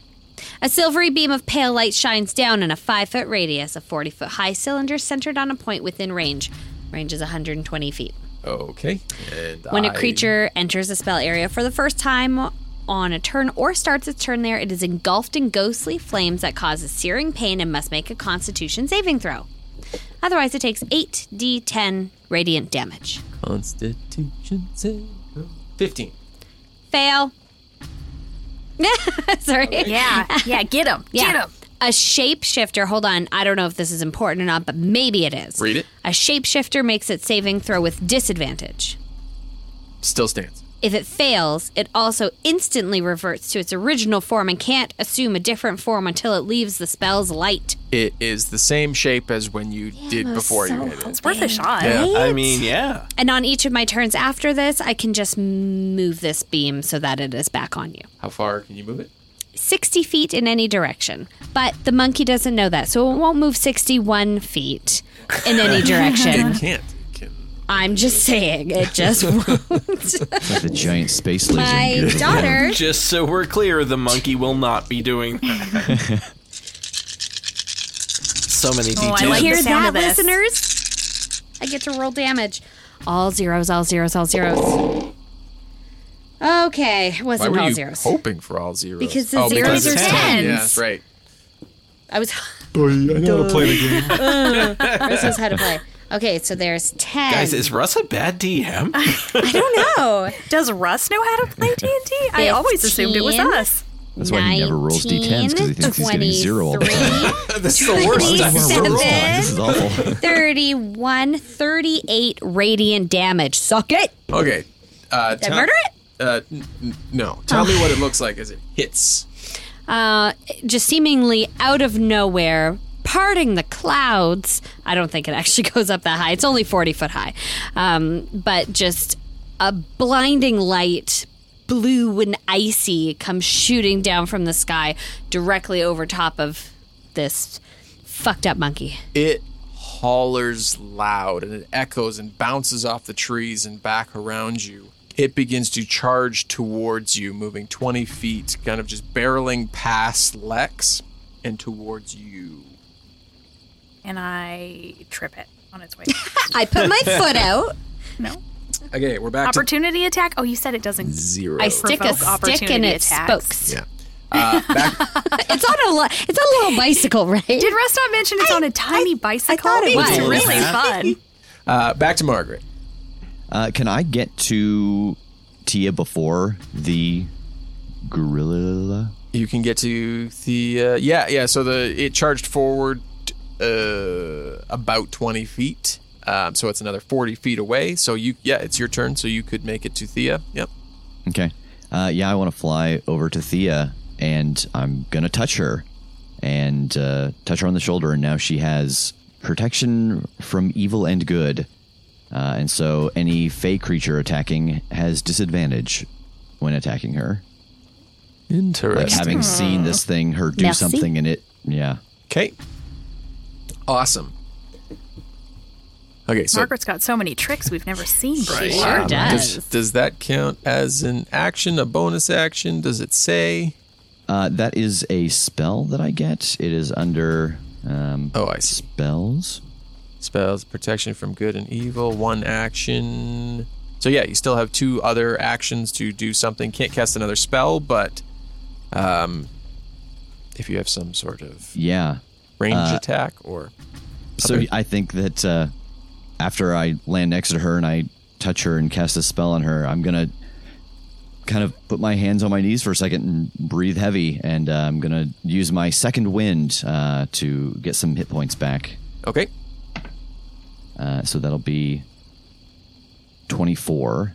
[SPEAKER 7] A silvery beam of pale light shines down in a five foot radius, a 40 foot high cylinder centered on a point within range. Range is 120 feet.
[SPEAKER 5] Okay. And
[SPEAKER 7] When
[SPEAKER 5] I-
[SPEAKER 7] a creature enters a spell area for the first time on a turn or starts its turn there, it is engulfed in ghostly flames that causes searing pain and must make a constitution saving throw. Otherwise, it takes 8d10 radiant damage.
[SPEAKER 5] Constitution save. 15.
[SPEAKER 7] Fail. (laughs) Sorry.
[SPEAKER 8] Yeah, (laughs) yeah, get him. Get him.
[SPEAKER 7] A shapeshifter, hold on, I don't know if this is important or not, but maybe it is.
[SPEAKER 5] Read it.
[SPEAKER 7] A shapeshifter makes its saving throw with disadvantage.
[SPEAKER 5] Still stands.
[SPEAKER 7] If it fails, it also instantly reverts to its original form and can't assume a different form until it leaves the spell's light.
[SPEAKER 5] It is the same shape as when you did before you hit it.
[SPEAKER 8] It's worth a shot.
[SPEAKER 3] I mean, yeah.
[SPEAKER 7] And on each of my turns after this, I can just move this beam so that it is back on you.
[SPEAKER 5] How far can you move it?
[SPEAKER 7] 60 feet in any direction. But the monkey doesn't know that, so it won't move 61 feet
[SPEAKER 9] (laughs)
[SPEAKER 7] in any direction.
[SPEAKER 5] Can't. It Can.
[SPEAKER 7] I'm just saying, it
[SPEAKER 9] (laughs)
[SPEAKER 7] just won't.
[SPEAKER 6] Like the giant space lizard.
[SPEAKER 7] my daughter
[SPEAKER 3] Just so we're clear, the monkey will not be doing that.
[SPEAKER 5] (laughs)
[SPEAKER 3] so many
[SPEAKER 8] Oh,
[SPEAKER 3] details.
[SPEAKER 8] I like
[SPEAKER 7] hear
[SPEAKER 8] the sound
[SPEAKER 7] that,
[SPEAKER 8] of this.
[SPEAKER 7] listeners? I get to roll damage. All zeros, all zeros, all zeros. Okay, it
[SPEAKER 5] Why
[SPEAKER 7] wasn't
[SPEAKER 5] were
[SPEAKER 7] all
[SPEAKER 5] you
[SPEAKER 7] zeros.
[SPEAKER 5] hoping for all zeros? Oh,
[SPEAKER 7] Because the zeros
[SPEAKER 5] because
[SPEAKER 7] are
[SPEAKER 5] it's ten. Yeah,
[SPEAKER 7] tens.
[SPEAKER 5] that's right.
[SPEAKER 7] I was
[SPEAKER 9] I know how to play the game.
[SPEAKER 7] (laughs) This is how to play. Okay, so there's ten.
[SPEAKER 3] Guys, is Russ a bad DM?
[SPEAKER 7] I don't know.
[SPEAKER 8] Does Russ know how to
[SPEAKER 7] (laughs)
[SPEAKER 8] play D&D? I always assumed it was
[SPEAKER 7] 15.
[SPEAKER 8] us.
[SPEAKER 6] That's why he never rolls D10s because he thinks he's getting zero all the time.
[SPEAKER 7] 23,
[SPEAKER 5] This is the worst.
[SPEAKER 6] I'm gonna roll this time. (laughs) This
[SPEAKER 3] (laughs)
[SPEAKER 6] is awful.
[SPEAKER 7] 31, 38 radiant damage. Suck it.
[SPEAKER 5] Okay. Uh,
[SPEAKER 7] Did I
[SPEAKER 5] tell-
[SPEAKER 7] murder it? Oh.
[SPEAKER 5] Uh, n- n- no. Tell me what it looks like as it hits.
[SPEAKER 7] Uh, just seemingly out of nowhere, parting the clouds. I don't think it actually (laughs) goes up that high. It's only 40 foot high. Um, but just a blinding light, blue and icy, comes shooting down from the sky directly over top of this fucked up monkey.
[SPEAKER 5] It hollers loud and it echoes and bounces off the trees and back around you. It begins to charge towards you, moving 20 feet, kind of just barreling past Lex and towards you.
[SPEAKER 8] And I trip it on (laughs) its way.
[SPEAKER 7] I put my foot out.
[SPEAKER 8] no.
[SPEAKER 5] Okay, we're back to
[SPEAKER 8] Opportunity attack? Oh, you said it doesn't.
[SPEAKER 5] zero.
[SPEAKER 7] I stick a
[SPEAKER 8] Provoke
[SPEAKER 7] stick in
[SPEAKER 8] opportunity
[SPEAKER 7] its
[SPEAKER 8] attacks.
[SPEAKER 7] spokes.
[SPEAKER 5] yeah. Uh, back,
[SPEAKER 7] (laughs) It's on a li- it's on a little bicycle, right?
[SPEAKER 8] Did Russ not mention it's on a tiny bicycle?
[SPEAKER 7] thought it
[SPEAKER 8] It's
[SPEAKER 7] was.
[SPEAKER 8] really fun.
[SPEAKER 5] uh, back to Margaret.
[SPEAKER 6] Uh, can I get to Tia before the gorilla?
[SPEAKER 5] You can get to the uh, yeah yeah. So the it charged forward uh, about twenty feet. Um, so it's another forty feet away. So you yeah, it's your turn. So you could make it to Thea. Yep.
[SPEAKER 6] Okay. Uh, yeah, I want to fly over to Thea and I'm going to touch her and uh, touch her on the shoulder. And now she has protection from evil and good. Uh, and so any fey creature attacking has disadvantage when attacking her. Like
[SPEAKER 5] Interesting.
[SPEAKER 6] having seen this thing, her do
[SPEAKER 7] Merci.
[SPEAKER 6] something and it, yeah.
[SPEAKER 5] Okay. Awesome. Okay. So
[SPEAKER 8] Margaret's got so many tricks we've never seen before.
[SPEAKER 7] It sure does.
[SPEAKER 5] does does that count as an action, a bonus action? Does it say?
[SPEAKER 6] Uh, that is a spell that I get. It is under um,
[SPEAKER 5] Oh, I see.
[SPEAKER 6] spells.
[SPEAKER 5] Spells protection from good and evil. One action. So yeah, you still have two other actions to do something. Can't cast another spell, but um, if you have some sort of
[SPEAKER 6] Yeah.
[SPEAKER 5] range attack or
[SPEAKER 6] So
[SPEAKER 5] Okay.
[SPEAKER 6] I think that uh, after I land next to her and I touch her and cast a spell on her, I'm gonna kind of put my hands on my knees for a second and breathe heavy, and uh, I'm gonna use my second wind uh, to get some hit points back.
[SPEAKER 5] okay,
[SPEAKER 6] Uh, so that'll be 24.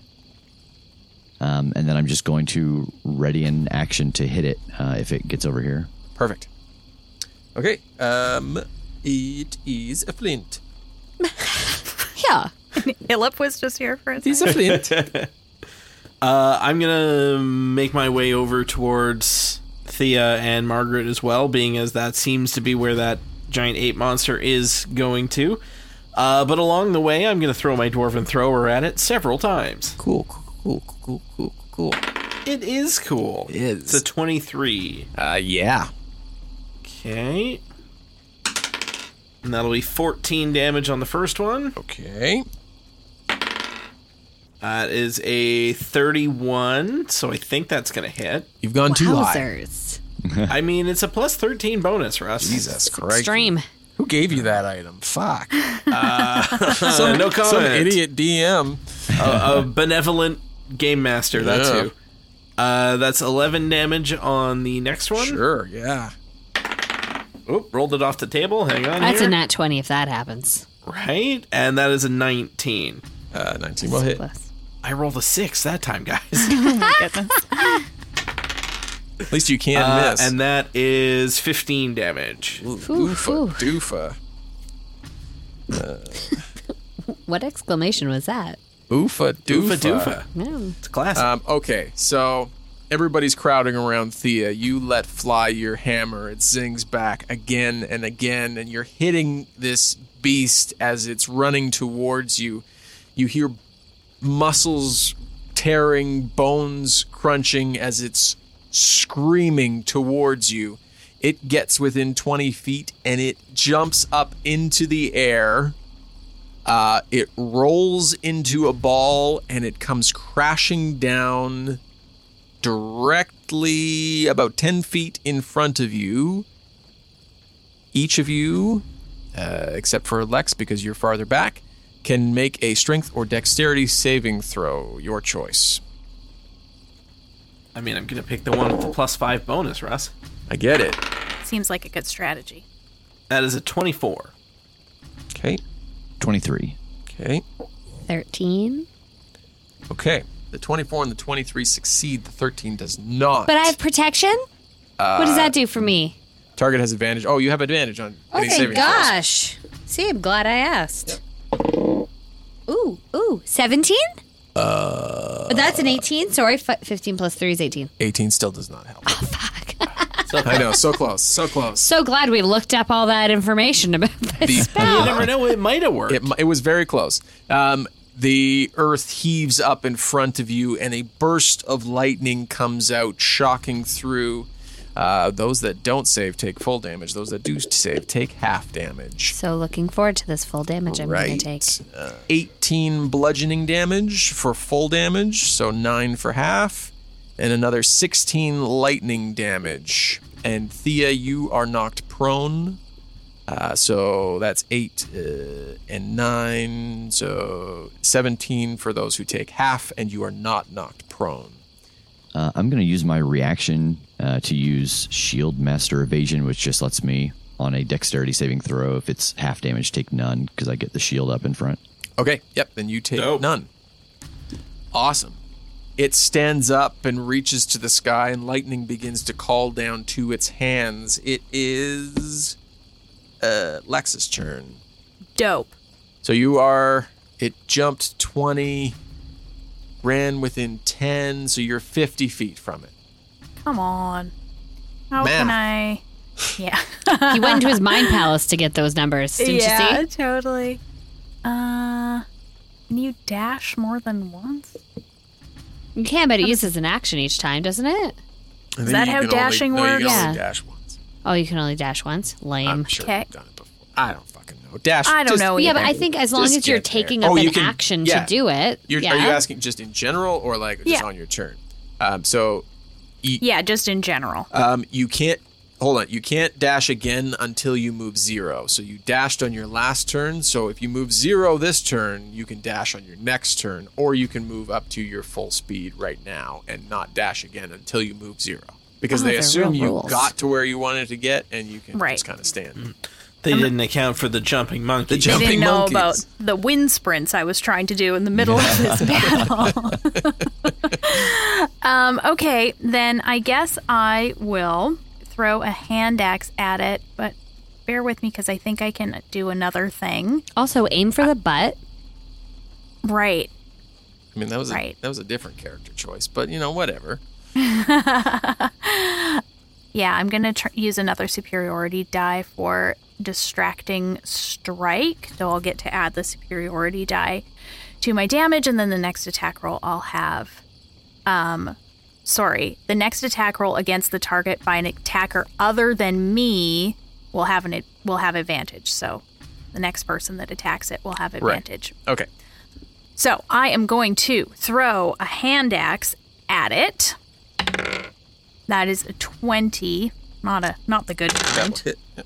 [SPEAKER 6] Um, and then I'm just going to ready an action to hit it uh, if it gets over here.
[SPEAKER 5] perfect. Okay, um, it is a flint.
[SPEAKER 7] Yeah.
[SPEAKER 8] Hillip was just here for a
[SPEAKER 5] It
[SPEAKER 8] second.
[SPEAKER 5] is a (laughs) flint.
[SPEAKER 3] Uh, I'm gonna make my way over towards Thea and Margaret as well, being as that seems to be where that giant ape monster is going to. Uh, but along the way, I'm gonna throw my dwarven thrower at it several times.
[SPEAKER 5] cool, cool, cool, cool, cool, cool.
[SPEAKER 3] It is cool. It
[SPEAKER 5] is.
[SPEAKER 3] It's a 23.
[SPEAKER 5] Uh, yeah.
[SPEAKER 3] Okay. And that'll be 14 damage on the first one.
[SPEAKER 5] Okay.
[SPEAKER 3] That is a 31, so I think that's gonna
[SPEAKER 5] (laughs)
[SPEAKER 3] hit.
[SPEAKER 5] You've gone too high.
[SPEAKER 7] Wowzers.
[SPEAKER 3] I mean, it's a plus 13 bonus, Russ.
[SPEAKER 5] Jesus Christ.
[SPEAKER 7] Extreme.
[SPEAKER 5] Who gave you that item? (laughs) Fuck.
[SPEAKER 3] (laughs) Uh, no comment.
[SPEAKER 5] Some idiot DM.
[SPEAKER 3] a benevolent game master. That's
[SPEAKER 5] Yeah.
[SPEAKER 3] who. Uh, that's eleven damage on the next one.
[SPEAKER 5] Sure, yeah.
[SPEAKER 3] Oop, rolled it off the table. Hang on.
[SPEAKER 7] That's a
[SPEAKER 3] here.
[SPEAKER 7] nat 20 if that happens.
[SPEAKER 3] Right, and that is a nineteen.
[SPEAKER 5] Uh, 19 will hit.
[SPEAKER 7] Plus.
[SPEAKER 3] I rolled a six that time, (laughs) guys.
[SPEAKER 5] At least you can
[SPEAKER 3] Uh,
[SPEAKER 5] miss.
[SPEAKER 3] and that is fifteen damage.
[SPEAKER 7] Oof,
[SPEAKER 5] Oofa,
[SPEAKER 7] oof.
[SPEAKER 5] doofa.
[SPEAKER 7] What exclamation was that?
[SPEAKER 5] Oofa,
[SPEAKER 3] Doofa
[SPEAKER 5] doofa.
[SPEAKER 3] doofa.
[SPEAKER 7] No.
[SPEAKER 3] It's classic.
[SPEAKER 5] Um, okay, so everybody's crowding around Thea. You let fly your hammer. It zings back again and again, and you're hitting this beast as it's running towards you. You hear muscles tearing, bones crunching as it's screaming towards you. It gets within 20 feet and it jumps up into the air. Uh, it rolls into a ball and it comes crashing down directly about 10 feet in front of you. Each of you, uh, except for Lex because you're farther back, can make a strength or dexterity saving throw, your choice.
[SPEAKER 3] I mean, I'm gonna pick the one with the plus five bonus, Russ.
[SPEAKER 5] I get it.
[SPEAKER 8] Seems like a good strategy.
[SPEAKER 3] That is a 24.
[SPEAKER 5] Okay.
[SPEAKER 6] 23.
[SPEAKER 5] Okay.
[SPEAKER 7] 13.
[SPEAKER 5] Okay. The 24 and the 23 succeed. The 13 does not.
[SPEAKER 7] But I have protection? what does that do for me?
[SPEAKER 5] Target has advantage. Oh, you have advantage on
[SPEAKER 7] Oh,
[SPEAKER 5] any
[SPEAKER 7] thank
[SPEAKER 5] saving throws.
[SPEAKER 7] gosh. See, I'm glad I asked. Ooh, ooh, 17? Uh, that's an 18. Sorry, fi- 15 plus 3 is 18.
[SPEAKER 5] 18 still does not help. (laughs) Oh, fuck. I know. So close. So close.
[SPEAKER 7] So glad we looked up all that
[SPEAKER 5] (laughs)
[SPEAKER 7] information about
[SPEAKER 5] The-
[SPEAKER 7] this
[SPEAKER 3] You
[SPEAKER 7] spell.
[SPEAKER 3] never know; it might have worked.
[SPEAKER 5] It, it was very close. Um, the earth heaves up in front of you, and a burst of lightning comes out, shocking through. Uh, those that don't save take full damage. Those that do save take half damage.
[SPEAKER 7] So looking forward to this full damage I'm going to (laughs) take.
[SPEAKER 5] Uh, 18 bludgeoning damage for full damage, so 9 for half, and another 16 lightning damage. And Thea, you are knocked prone. Uh, so that's 8 uh, and 9, so 17 for those who take half, and you are not knocked prone.
[SPEAKER 6] Uh, I'm going to use my reaction uh, to use Shield Master Evasion, which just lets me on a dexterity saving throw. If it's half damage, take none because I get the shield up in front.
[SPEAKER 5] Okay, yep, then you take
[SPEAKER 3] Dope.
[SPEAKER 5] none. Awesome. It stands up and reaches to the sky, and lightning begins to call down to its hands. It is uh, Lex's turn.
[SPEAKER 8] Dope.
[SPEAKER 5] So you are. It jumped 20, ran within 10, so you're 50 feet from it.
[SPEAKER 8] Come on. How
[SPEAKER 5] Ma'am.
[SPEAKER 8] can I? Yeah. (laughs)
[SPEAKER 7] He went into his mind palace to get those numbers. Didn't
[SPEAKER 8] yeah,
[SPEAKER 7] you see?
[SPEAKER 8] totally. Uh, can you dash more than once?
[SPEAKER 7] You can, but it uses an action each time, doesn't it?
[SPEAKER 5] Is
[SPEAKER 8] that how dashing
[SPEAKER 5] no, You
[SPEAKER 8] works?
[SPEAKER 5] can only
[SPEAKER 7] Yeah.
[SPEAKER 5] dash once.
[SPEAKER 7] Oh, you can only dash once. Lame.
[SPEAKER 5] I'm sure
[SPEAKER 8] Okay.
[SPEAKER 5] you've done it before. I don't fucking know. Dash.
[SPEAKER 8] I don't
[SPEAKER 5] just-
[SPEAKER 8] know.
[SPEAKER 7] yeah, but
[SPEAKER 8] either.
[SPEAKER 7] I think as long
[SPEAKER 5] Just
[SPEAKER 7] as you're
[SPEAKER 5] get there.
[SPEAKER 7] taking
[SPEAKER 5] Oh,
[SPEAKER 7] up
[SPEAKER 5] you
[SPEAKER 7] an
[SPEAKER 5] can-
[SPEAKER 7] action
[SPEAKER 5] yeah.
[SPEAKER 7] to do it.
[SPEAKER 5] You're,
[SPEAKER 7] yeah.
[SPEAKER 5] Are you asking just in general or like just
[SPEAKER 8] Yeah.
[SPEAKER 5] on your turn? Um, so
[SPEAKER 8] yeah, just in general.
[SPEAKER 5] um, you can't hold on. You can't dash again until you move zero. So you dashed on your last turn. So if you move zero this turn, you can dash on your next turn, or you can move up to your full speed right now and not dash again until you move zero. Because
[SPEAKER 7] Oh,
[SPEAKER 5] they
[SPEAKER 7] they're
[SPEAKER 5] assume
[SPEAKER 7] real
[SPEAKER 5] you
[SPEAKER 7] rules.
[SPEAKER 5] got to where you wanted to get, and you can
[SPEAKER 8] Right.
[SPEAKER 5] just kind of stand.
[SPEAKER 3] They didn't account for the jumping monkey.
[SPEAKER 5] The
[SPEAKER 3] (laughs)
[SPEAKER 8] I
[SPEAKER 5] jump- jumping
[SPEAKER 8] didn't know
[SPEAKER 5] monkeys.
[SPEAKER 8] about the wind sprints I was trying to do in the middle of this battle. (laughs) um, okay, then I guess I will throw a hand axe at it, but bear with me because I think I can do another thing.
[SPEAKER 7] Also, aim for the butt.
[SPEAKER 8] Right.
[SPEAKER 5] I mean, that was
[SPEAKER 8] Right.
[SPEAKER 5] a, that was a different character choice, but you know, whatever.
[SPEAKER 8] Yeah, I'm going to tr- use another superiority die for distracting strike. So I'll get to add the superiority die to my damage, and then the next attack roll I'll have. Um, sorry, the next attack roll against the target by an attacker other than me will have an ad- will have advantage. So the next person that attacks it will have advantage.
[SPEAKER 5] Okay.
[SPEAKER 8] So I am going to throw a hand axe at it. That is a twenty, not a not the good kind.
[SPEAKER 5] Hit. Yep.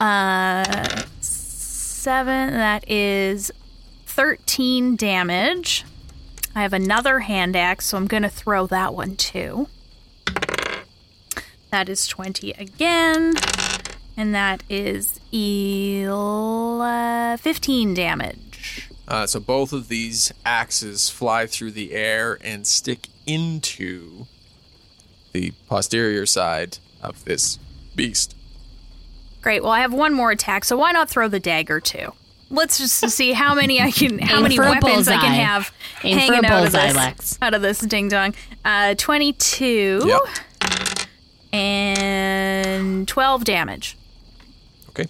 [SPEAKER 8] Uh, seven. That is thirteen damage. I have another hand axe, so I'm going to throw that one too. That is twenty again, and that is ele- fifteen damage.
[SPEAKER 5] Uh, so both of these axes fly through the air and stick into the posterior side of this beast.
[SPEAKER 8] Great. Well, I have one more attack, so why not throw the dagger too? Let's just see how many I can, how
[SPEAKER 7] Aim
[SPEAKER 8] many
[SPEAKER 7] for a
[SPEAKER 8] weapons I
[SPEAKER 7] bullseye.
[SPEAKER 8] can have
[SPEAKER 7] Aim for
[SPEAKER 8] hanging
[SPEAKER 7] a
[SPEAKER 8] out of
[SPEAKER 7] bullseye,
[SPEAKER 8] this,
[SPEAKER 7] Lex.
[SPEAKER 8] out of this ding dong. Uh, Twenty-two
[SPEAKER 5] Yep.
[SPEAKER 8] and twelve damage.
[SPEAKER 5] Okay.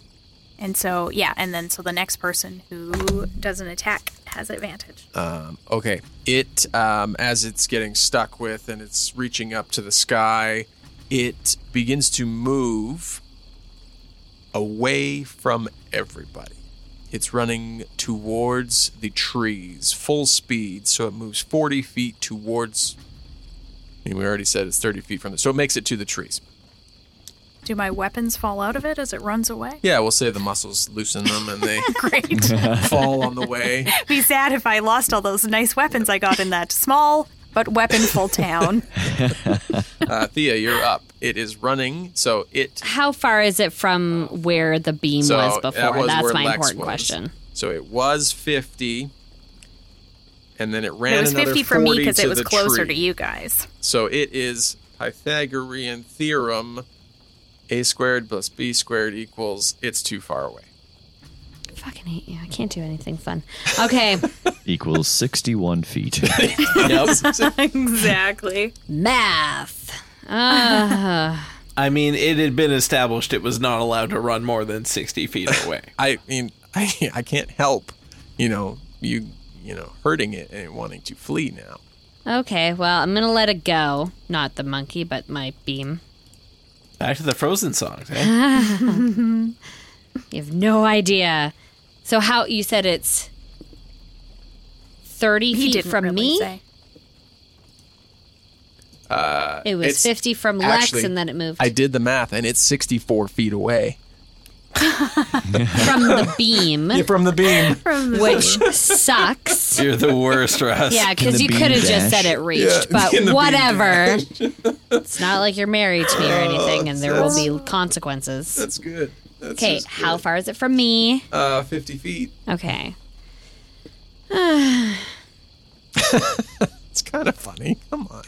[SPEAKER 8] And so yeah, and then so the next person who doesn't attack has advantage.
[SPEAKER 5] Um, okay. It, um, as it's getting stuck with and it's reaching up to the sky, it begins to move away from everybody. It's running towards the trees, full speed, so it moves 40 feet towards We already said it's 30 feet from there. So it makes it to the trees.
[SPEAKER 8] Do my weapons fall out of it as it runs
[SPEAKER 5] (laughs)
[SPEAKER 8] away?
[SPEAKER 5] Yeah, we'll say the muscles loosen them and they
[SPEAKER 8] Great.
[SPEAKER 5] fall on the way.
[SPEAKER 8] Be sad if I lost all those nice weapons I got in that small but weaponful
[SPEAKER 5] (laughs)
[SPEAKER 8] town.
[SPEAKER 5] Uh, Thea, you're up. It is running, so it
[SPEAKER 7] How far is it from where the beam
[SPEAKER 5] so
[SPEAKER 7] was
[SPEAKER 5] that
[SPEAKER 7] before?
[SPEAKER 5] was
[SPEAKER 7] That's
[SPEAKER 5] where
[SPEAKER 7] my
[SPEAKER 5] Lex
[SPEAKER 7] important
[SPEAKER 5] was.
[SPEAKER 7] question.
[SPEAKER 5] So it was 50, and then it ran
[SPEAKER 8] it was
[SPEAKER 5] another
[SPEAKER 8] 50 for me
[SPEAKER 5] 40
[SPEAKER 8] because
[SPEAKER 5] to
[SPEAKER 8] it was
[SPEAKER 5] the
[SPEAKER 8] closer
[SPEAKER 5] tree.
[SPEAKER 8] to you guys.
[SPEAKER 5] So it is Pythagorean theorem: a squared plus b squared equals. It's too far away.
[SPEAKER 7] Fucking hate you. I can't do anything fun. (laughs) Okay.
[SPEAKER 6] Equals 61 feet.
[SPEAKER 8] exactly.
[SPEAKER 7] Math.
[SPEAKER 3] I mean, it had been established it was not allowed to run more than 60 feet away.
[SPEAKER 5] I mean, (laughs) I I can't help, you know, you you know, hurting it and wanting to flee now.
[SPEAKER 7] Okay, well, I'm going to let it go. Not the monkey, but my beam.
[SPEAKER 3] Back to the Frozen songs, eh?
[SPEAKER 7] You have no idea. So, how you said it's 30
[SPEAKER 8] (laughs) He
[SPEAKER 7] feet
[SPEAKER 8] didn't
[SPEAKER 7] from
[SPEAKER 8] really
[SPEAKER 7] me?
[SPEAKER 8] say.
[SPEAKER 7] It was
[SPEAKER 5] It's
[SPEAKER 7] 50 from Lex,
[SPEAKER 5] actually-
[SPEAKER 7] and then it moved
[SPEAKER 5] I did the math, and it's 64 feet
[SPEAKER 8] (laughs)
[SPEAKER 5] away
[SPEAKER 7] from the
[SPEAKER 5] (laughs)
[SPEAKER 7] beam,
[SPEAKER 5] from the
[SPEAKER 8] (laughs)
[SPEAKER 5] beam.
[SPEAKER 7] which sucks.
[SPEAKER 3] You're the worst, Russ.
[SPEAKER 7] Yeah,
[SPEAKER 6] Can
[SPEAKER 7] because
[SPEAKER 6] the
[SPEAKER 7] you
[SPEAKER 6] beam
[SPEAKER 7] could have
[SPEAKER 6] dash?
[SPEAKER 7] just said it reached, but whatever.
[SPEAKER 5] (laughs)
[SPEAKER 7] it's not like you're married to me or anything, and there will be consequences.
[SPEAKER 5] That's good. That's
[SPEAKER 7] Okay,
[SPEAKER 5] just
[SPEAKER 7] how
[SPEAKER 5] good.
[SPEAKER 7] far is it from me?
[SPEAKER 5] Uh, 50 feet.
[SPEAKER 7] Okay.
[SPEAKER 5] It's kind of funny. Come on.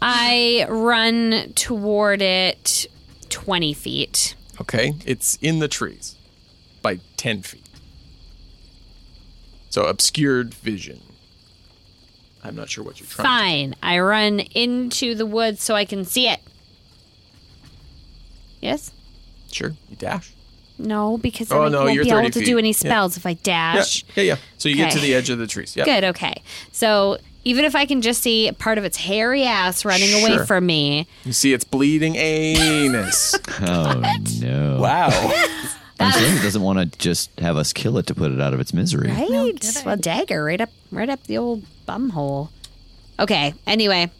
[SPEAKER 7] I run toward it 20 feet.
[SPEAKER 5] Okay, it's in the trees by 10 feet. So obscured vision. I'm not sure what you're trying. to-
[SPEAKER 7] Fine. I run into the woods so I can see it. Yes?
[SPEAKER 5] Sure, you dash.
[SPEAKER 7] No, because
[SPEAKER 5] Oh,
[SPEAKER 7] I
[SPEAKER 5] no,
[SPEAKER 7] won't
[SPEAKER 5] you're
[SPEAKER 7] be able
[SPEAKER 5] 30
[SPEAKER 7] to
[SPEAKER 5] feet.
[SPEAKER 7] do any
[SPEAKER 5] Yeah.
[SPEAKER 7] spells if I
[SPEAKER 5] Yeah,
[SPEAKER 7] dash.
[SPEAKER 5] yeah, yeah. So you get to
[SPEAKER 7] Okay.
[SPEAKER 5] the edge of the trees. Yeah.
[SPEAKER 7] Good, okay. So even if I can just see part of its hairy ass running away
[SPEAKER 5] Sure.
[SPEAKER 7] from me,
[SPEAKER 5] You see, it's bleeding
[SPEAKER 8] (laughs)
[SPEAKER 5] anus.
[SPEAKER 6] oh, no.
[SPEAKER 3] Wow.
[SPEAKER 6] I'm saying it doesn't want to just have us kill it to put it out of its misery.
[SPEAKER 7] right? well, dagger right up, right up the old bum hole. Okay. Anyway,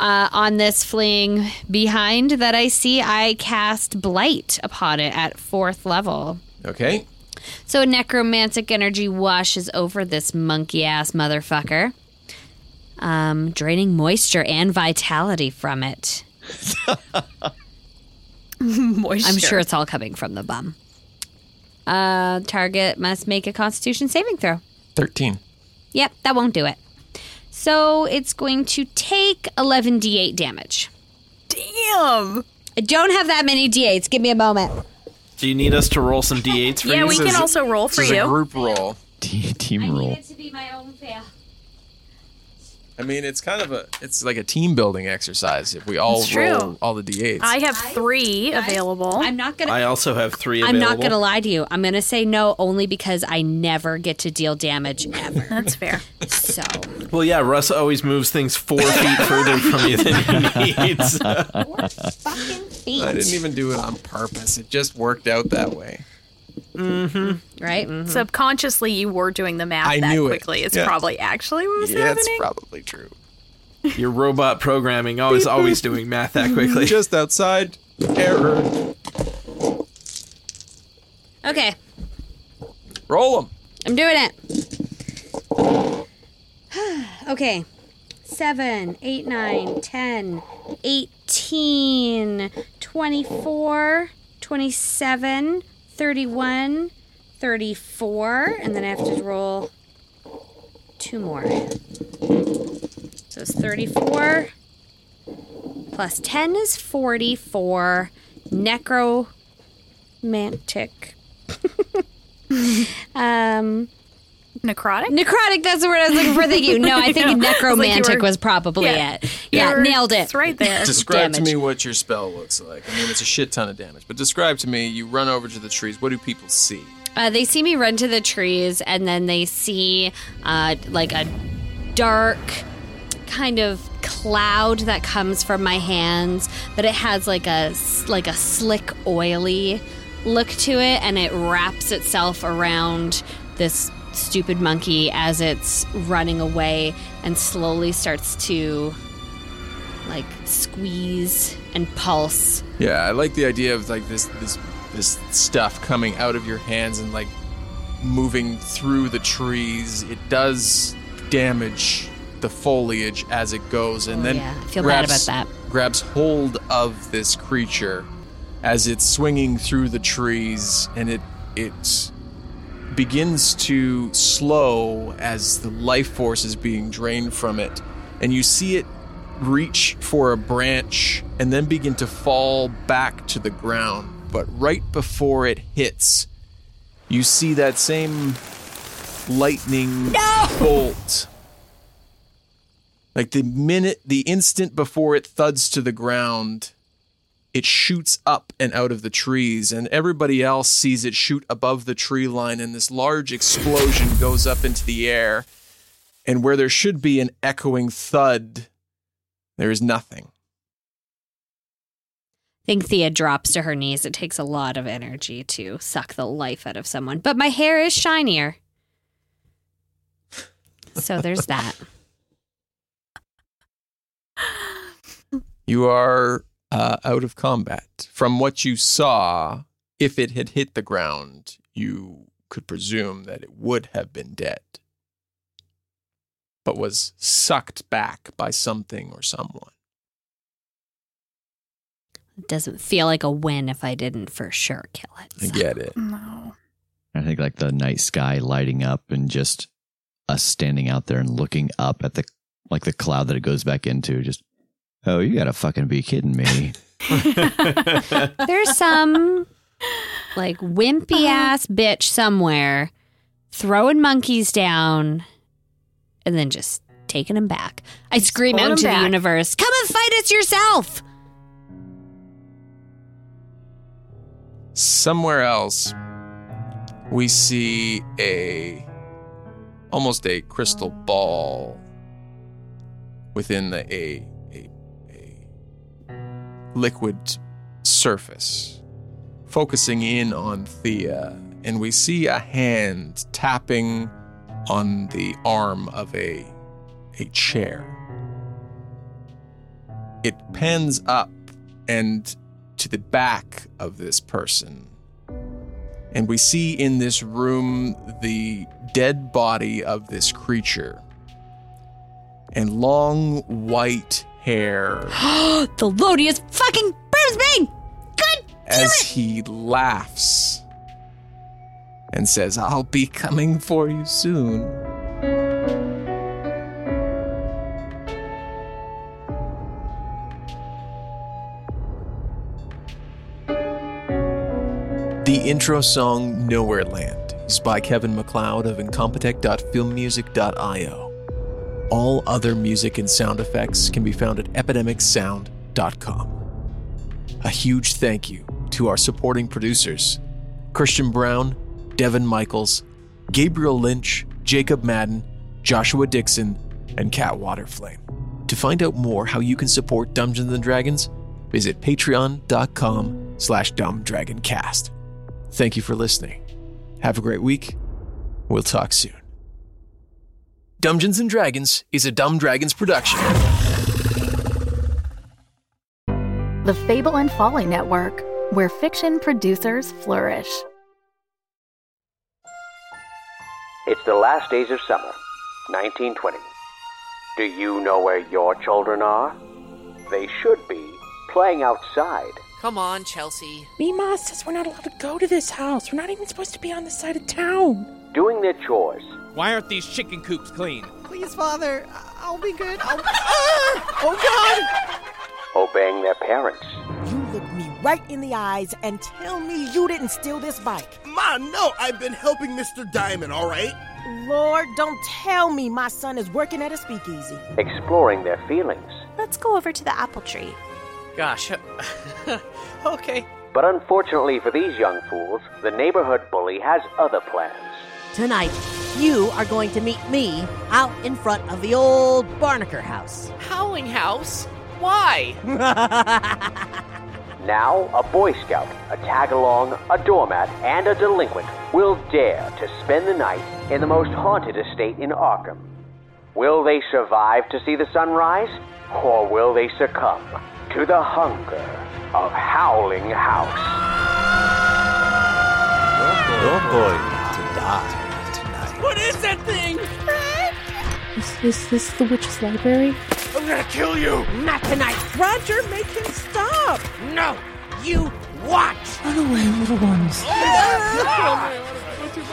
[SPEAKER 7] uh, on this fleeing behind that I see, I cast blight upon it at fourth level.
[SPEAKER 5] okay.
[SPEAKER 7] So necromantic energy washes over this monkey ass motherfucker, um, draining moisture and vitality from it.
[SPEAKER 8] Moisture.
[SPEAKER 7] I'm sure it's all coming from the bum. Uh, target must make a Constitution saving throw.
[SPEAKER 5] 13.
[SPEAKER 7] Yep, that won't do it. So it's going to take 11 d8 damage.
[SPEAKER 8] Damn.
[SPEAKER 7] I don't have that many d8s. Give me a moment.
[SPEAKER 3] Do you need us to roll some d8s for
[SPEAKER 8] Yeah,
[SPEAKER 3] you?
[SPEAKER 8] we can
[SPEAKER 5] is-
[SPEAKER 8] also roll for
[SPEAKER 5] This is a
[SPEAKER 8] you.
[SPEAKER 5] group roll.
[SPEAKER 6] Te- (laughs) team roll.
[SPEAKER 7] to be my own fail.
[SPEAKER 5] I mean, it's kind of a, it's like a team building exercise. If we all
[SPEAKER 8] It's true.
[SPEAKER 5] roll all the d8s,
[SPEAKER 8] I have three available.
[SPEAKER 7] I'm not gonna.
[SPEAKER 3] I also have three
[SPEAKER 7] I'm
[SPEAKER 3] available.
[SPEAKER 7] not gonna lie to you. I'm gonna say no only because I never get to deal damage ever. (laughs)
[SPEAKER 8] That's fair.
[SPEAKER 5] (laughs)
[SPEAKER 7] So
[SPEAKER 3] Well, yeah, Russ always moves things
[SPEAKER 8] (laughs)
[SPEAKER 3] four feet further from you than he
[SPEAKER 10] (laughs)
[SPEAKER 3] needs.
[SPEAKER 7] four fucking feet.
[SPEAKER 5] I didn't even do it on purpose. It just worked out that way.
[SPEAKER 7] Right? Mhm.
[SPEAKER 3] Mm-hmm.
[SPEAKER 8] Subconsciously, you were doing the math
[SPEAKER 5] I
[SPEAKER 8] that
[SPEAKER 5] knew it.
[SPEAKER 8] quickly. It's
[SPEAKER 5] Yeah.
[SPEAKER 8] probably actually what was
[SPEAKER 5] Yeah, it's
[SPEAKER 8] happening.
[SPEAKER 5] probably true.
[SPEAKER 3] Your robot programming always always doing math that quickly.
[SPEAKER 5] Just outside error.
[SPEAKER 7] Okay,
[SPEAKER 5] Roll them.
[SPEAKER 7] I'm doing it. (sighs) okay, seven, eight, nine, ten, eighteen, twenty-four, twenty-seven, thirty-one, thirty-four, and then I have to roll two more. So it's 34 plus 10 is 44. Necromantic. um,
[SPEAKER 8] Necrotic?
[SPEAKER 7] necrotic, that's the word I was looking for. Thank you. No,
[SPEAKER 8] (laughs)
[SPEAKER 7] I think necromantic
[SPEAKER 8] like you were-
[SPEAKER 7] was probably
[SPEAKER 8] Yeah.
[SPEAKER 7] it. Yeah,
[SPEAKER 8] You're-
[SPEAKER 7] nailed it.
[SPEAKER 8] It's right there.
[SPEAKER 5] Describe to
[SPEAKER 7] damage.
[SPEAKER 5] me what your spell looks like. I mean, it's a shit ton of damage, but describe to me. You run over to the trees. What do people see?
[SPEAKER 7] Uh, they see me run to the trees, and then they see uh, like a dark kind of cloud that comes from my hands, but it has like a s- like a slick, oily look to it, and it wraps itself around this stupid monkey as it's running away and slowly starts to like squeeze and pulse.
[SPEAKER 5] Yeah, I like the idea of like this this this stuff coming out of your hands and like moving through the trees. It does damage the foliage as it goes, and
[SPEAKER 7] Oh,
[SPEAKER 5] then
[SPEAKER 7] yeah. I feel bad
[SPEAKER 5] grabs,
[SPEAKER 7] about
[SPEAKER 5] Grabs hold of this creature as it's swinging through the trees, and it it begins to slow as the life force is being drained from it, and you see it reach for a branch and then begin to fall back to the ground. But right before it hits, you see that same lightning bolt. Like the minute, the instant before it thuds to the ground, it shoots up and out of the trees, and everybody else sees it shoot above the tree line, and this large explosion goes up into the air. And where there should be an echoing thud, there is nothing.
[SPEAKER 7] I think Thea drops to her knees. It takes a lot of energy to suck the life out of someone, but my hair is shinier. So there's that.
[SPEAKER 5] You are uh, out of combat. From what you saw, if it had hit the ground, you could presume that it would have been dead, but was sucked back by something or someone.
[SPEAKER 7] It doesn't feel like a win if I didn't for sure kill it.
[SPEAKER 5] I get it.
[SPEAKER 8] No.
[SPEAKER 6] I think like the night sky lighting up and just us standing out there and looking up at the like the cloud that it goes back into. Just oh, you gotta fucking be kidding me.
[SPEAKER 7] There's some like
[SPEAKER 8] Uh-huh.
[SPEAKER 7] wimpy ass bitch somewhere throwing monkeys down and then just taking them back. I scream out
[SPEAKER 8] pulling 'em
[SPEAKER 7] into
[SPEAKER 8] back.
[SPEAKER 7] the universe, come and fight us yourself. (gasps)
[SPEAKER 5] somewhere else we see a almost a crystal ball within the a a, a liquid surface focusing in on Thea and we see a hand tapping on the arm of a a chair it pans up and to the back of this person. And we see in this room the dead body of this creature. And long white hair
[SPEAKER 7] the Lodius fucking burns me. Good.
[SPEAKER 5] as he laughs and says, I'll be coming for you soon. The intro song Nowhere Land is by Kevin McLeod of incompetech.filmmusic.io. All other music and sound effects can be found at epidemicsound.com. A huge thank you to our supporting producers Christian Brown, Devin Michaels, Gabriel Lynch, Jacob Madden, Joshua Dixon, and Cat Waterflame. To find out more how you can support Dungeons and Dragons, visit patreon.com slash dumbdragoncast. Thank you for listening. Have a great week. We'll talk soon. Dungeons and Dragons is a Dumb Dragons production.
[SPEAKER 1] The Fable and Folly Network, where fiction producers flourish.
[SPEAKER 11] It's the last days of summer, 1920. Do you know where your children are? They should be playing outside.
[SPEAKER 12] Come on, Chelsea.
[SPEAKER 13] Mima says we're not allowed to go to this house. We're not even supposed to be on this side of town.
[SPEAKER 11] Doing their chores.
[SPEAKER 10] Why aren't these chicken coops clean?
[SPEAKER 14] Please, Father, I- I'll be good. I'll... Ah! Oh,
[SPEAKER 11] Obeying their parents.
[SPEAKER 14] God! You look me right in the eyes and tell me you didn't steal this bike.
[SPEAKER 15] Ma, no, I've been helping Mr. Diamond, all right?
[SPEAKER 14] Lord, don't tell me my son is working at a speakeasy.
[SPEAKER 11] Exploring their feelings.
[SPEAKER 14] Let's go over to the apple tree.
[SPEAKER 12] Gosh. (laughs) okay.
[SPEAKER 11] But unfortunately for these young fools, the neighborhood bully has other plans.
[SPEAKER 16] Tonight, you are going to meet me out in front of the old Barnaker house.
[SPEAKER 12] Howling House? Why?
[SPEAKER 11] Now, a Boy Scout, a tag along, a doormat, and a delinquent
[SPEAKER 17] will dare to spend the night in the most haunted estate in Arkham. Will they survive to see the sunrise, or will they succumb to the hunger of Howling House?
[SPEAKER 5] to die tonight.
[SPEAKER 18] What is that thing?
[SPEAKER 1] Is, is this the witch's library?
[SPEAKER 19] I'm gonna kill you!
[SPEAKER 20] Not tonight. Roger, make him stop. No, you watch.
[SPEAKER 1] Run away, little ones.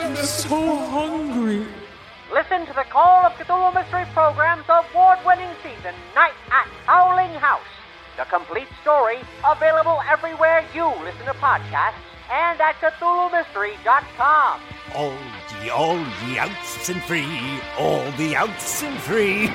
[SPEAKER 19] I'm
[SPEAKER 1] so hungry.
[SPEAKER 11] Listen to the Call of Cthulhu Mystery Program's award winning season, Night at Howling House. The complete story available everywhere you listen to podcasts and at CthulhuMystery.com.
[SPEAKER 5] All ye, all ye outs and free, all the outs and free.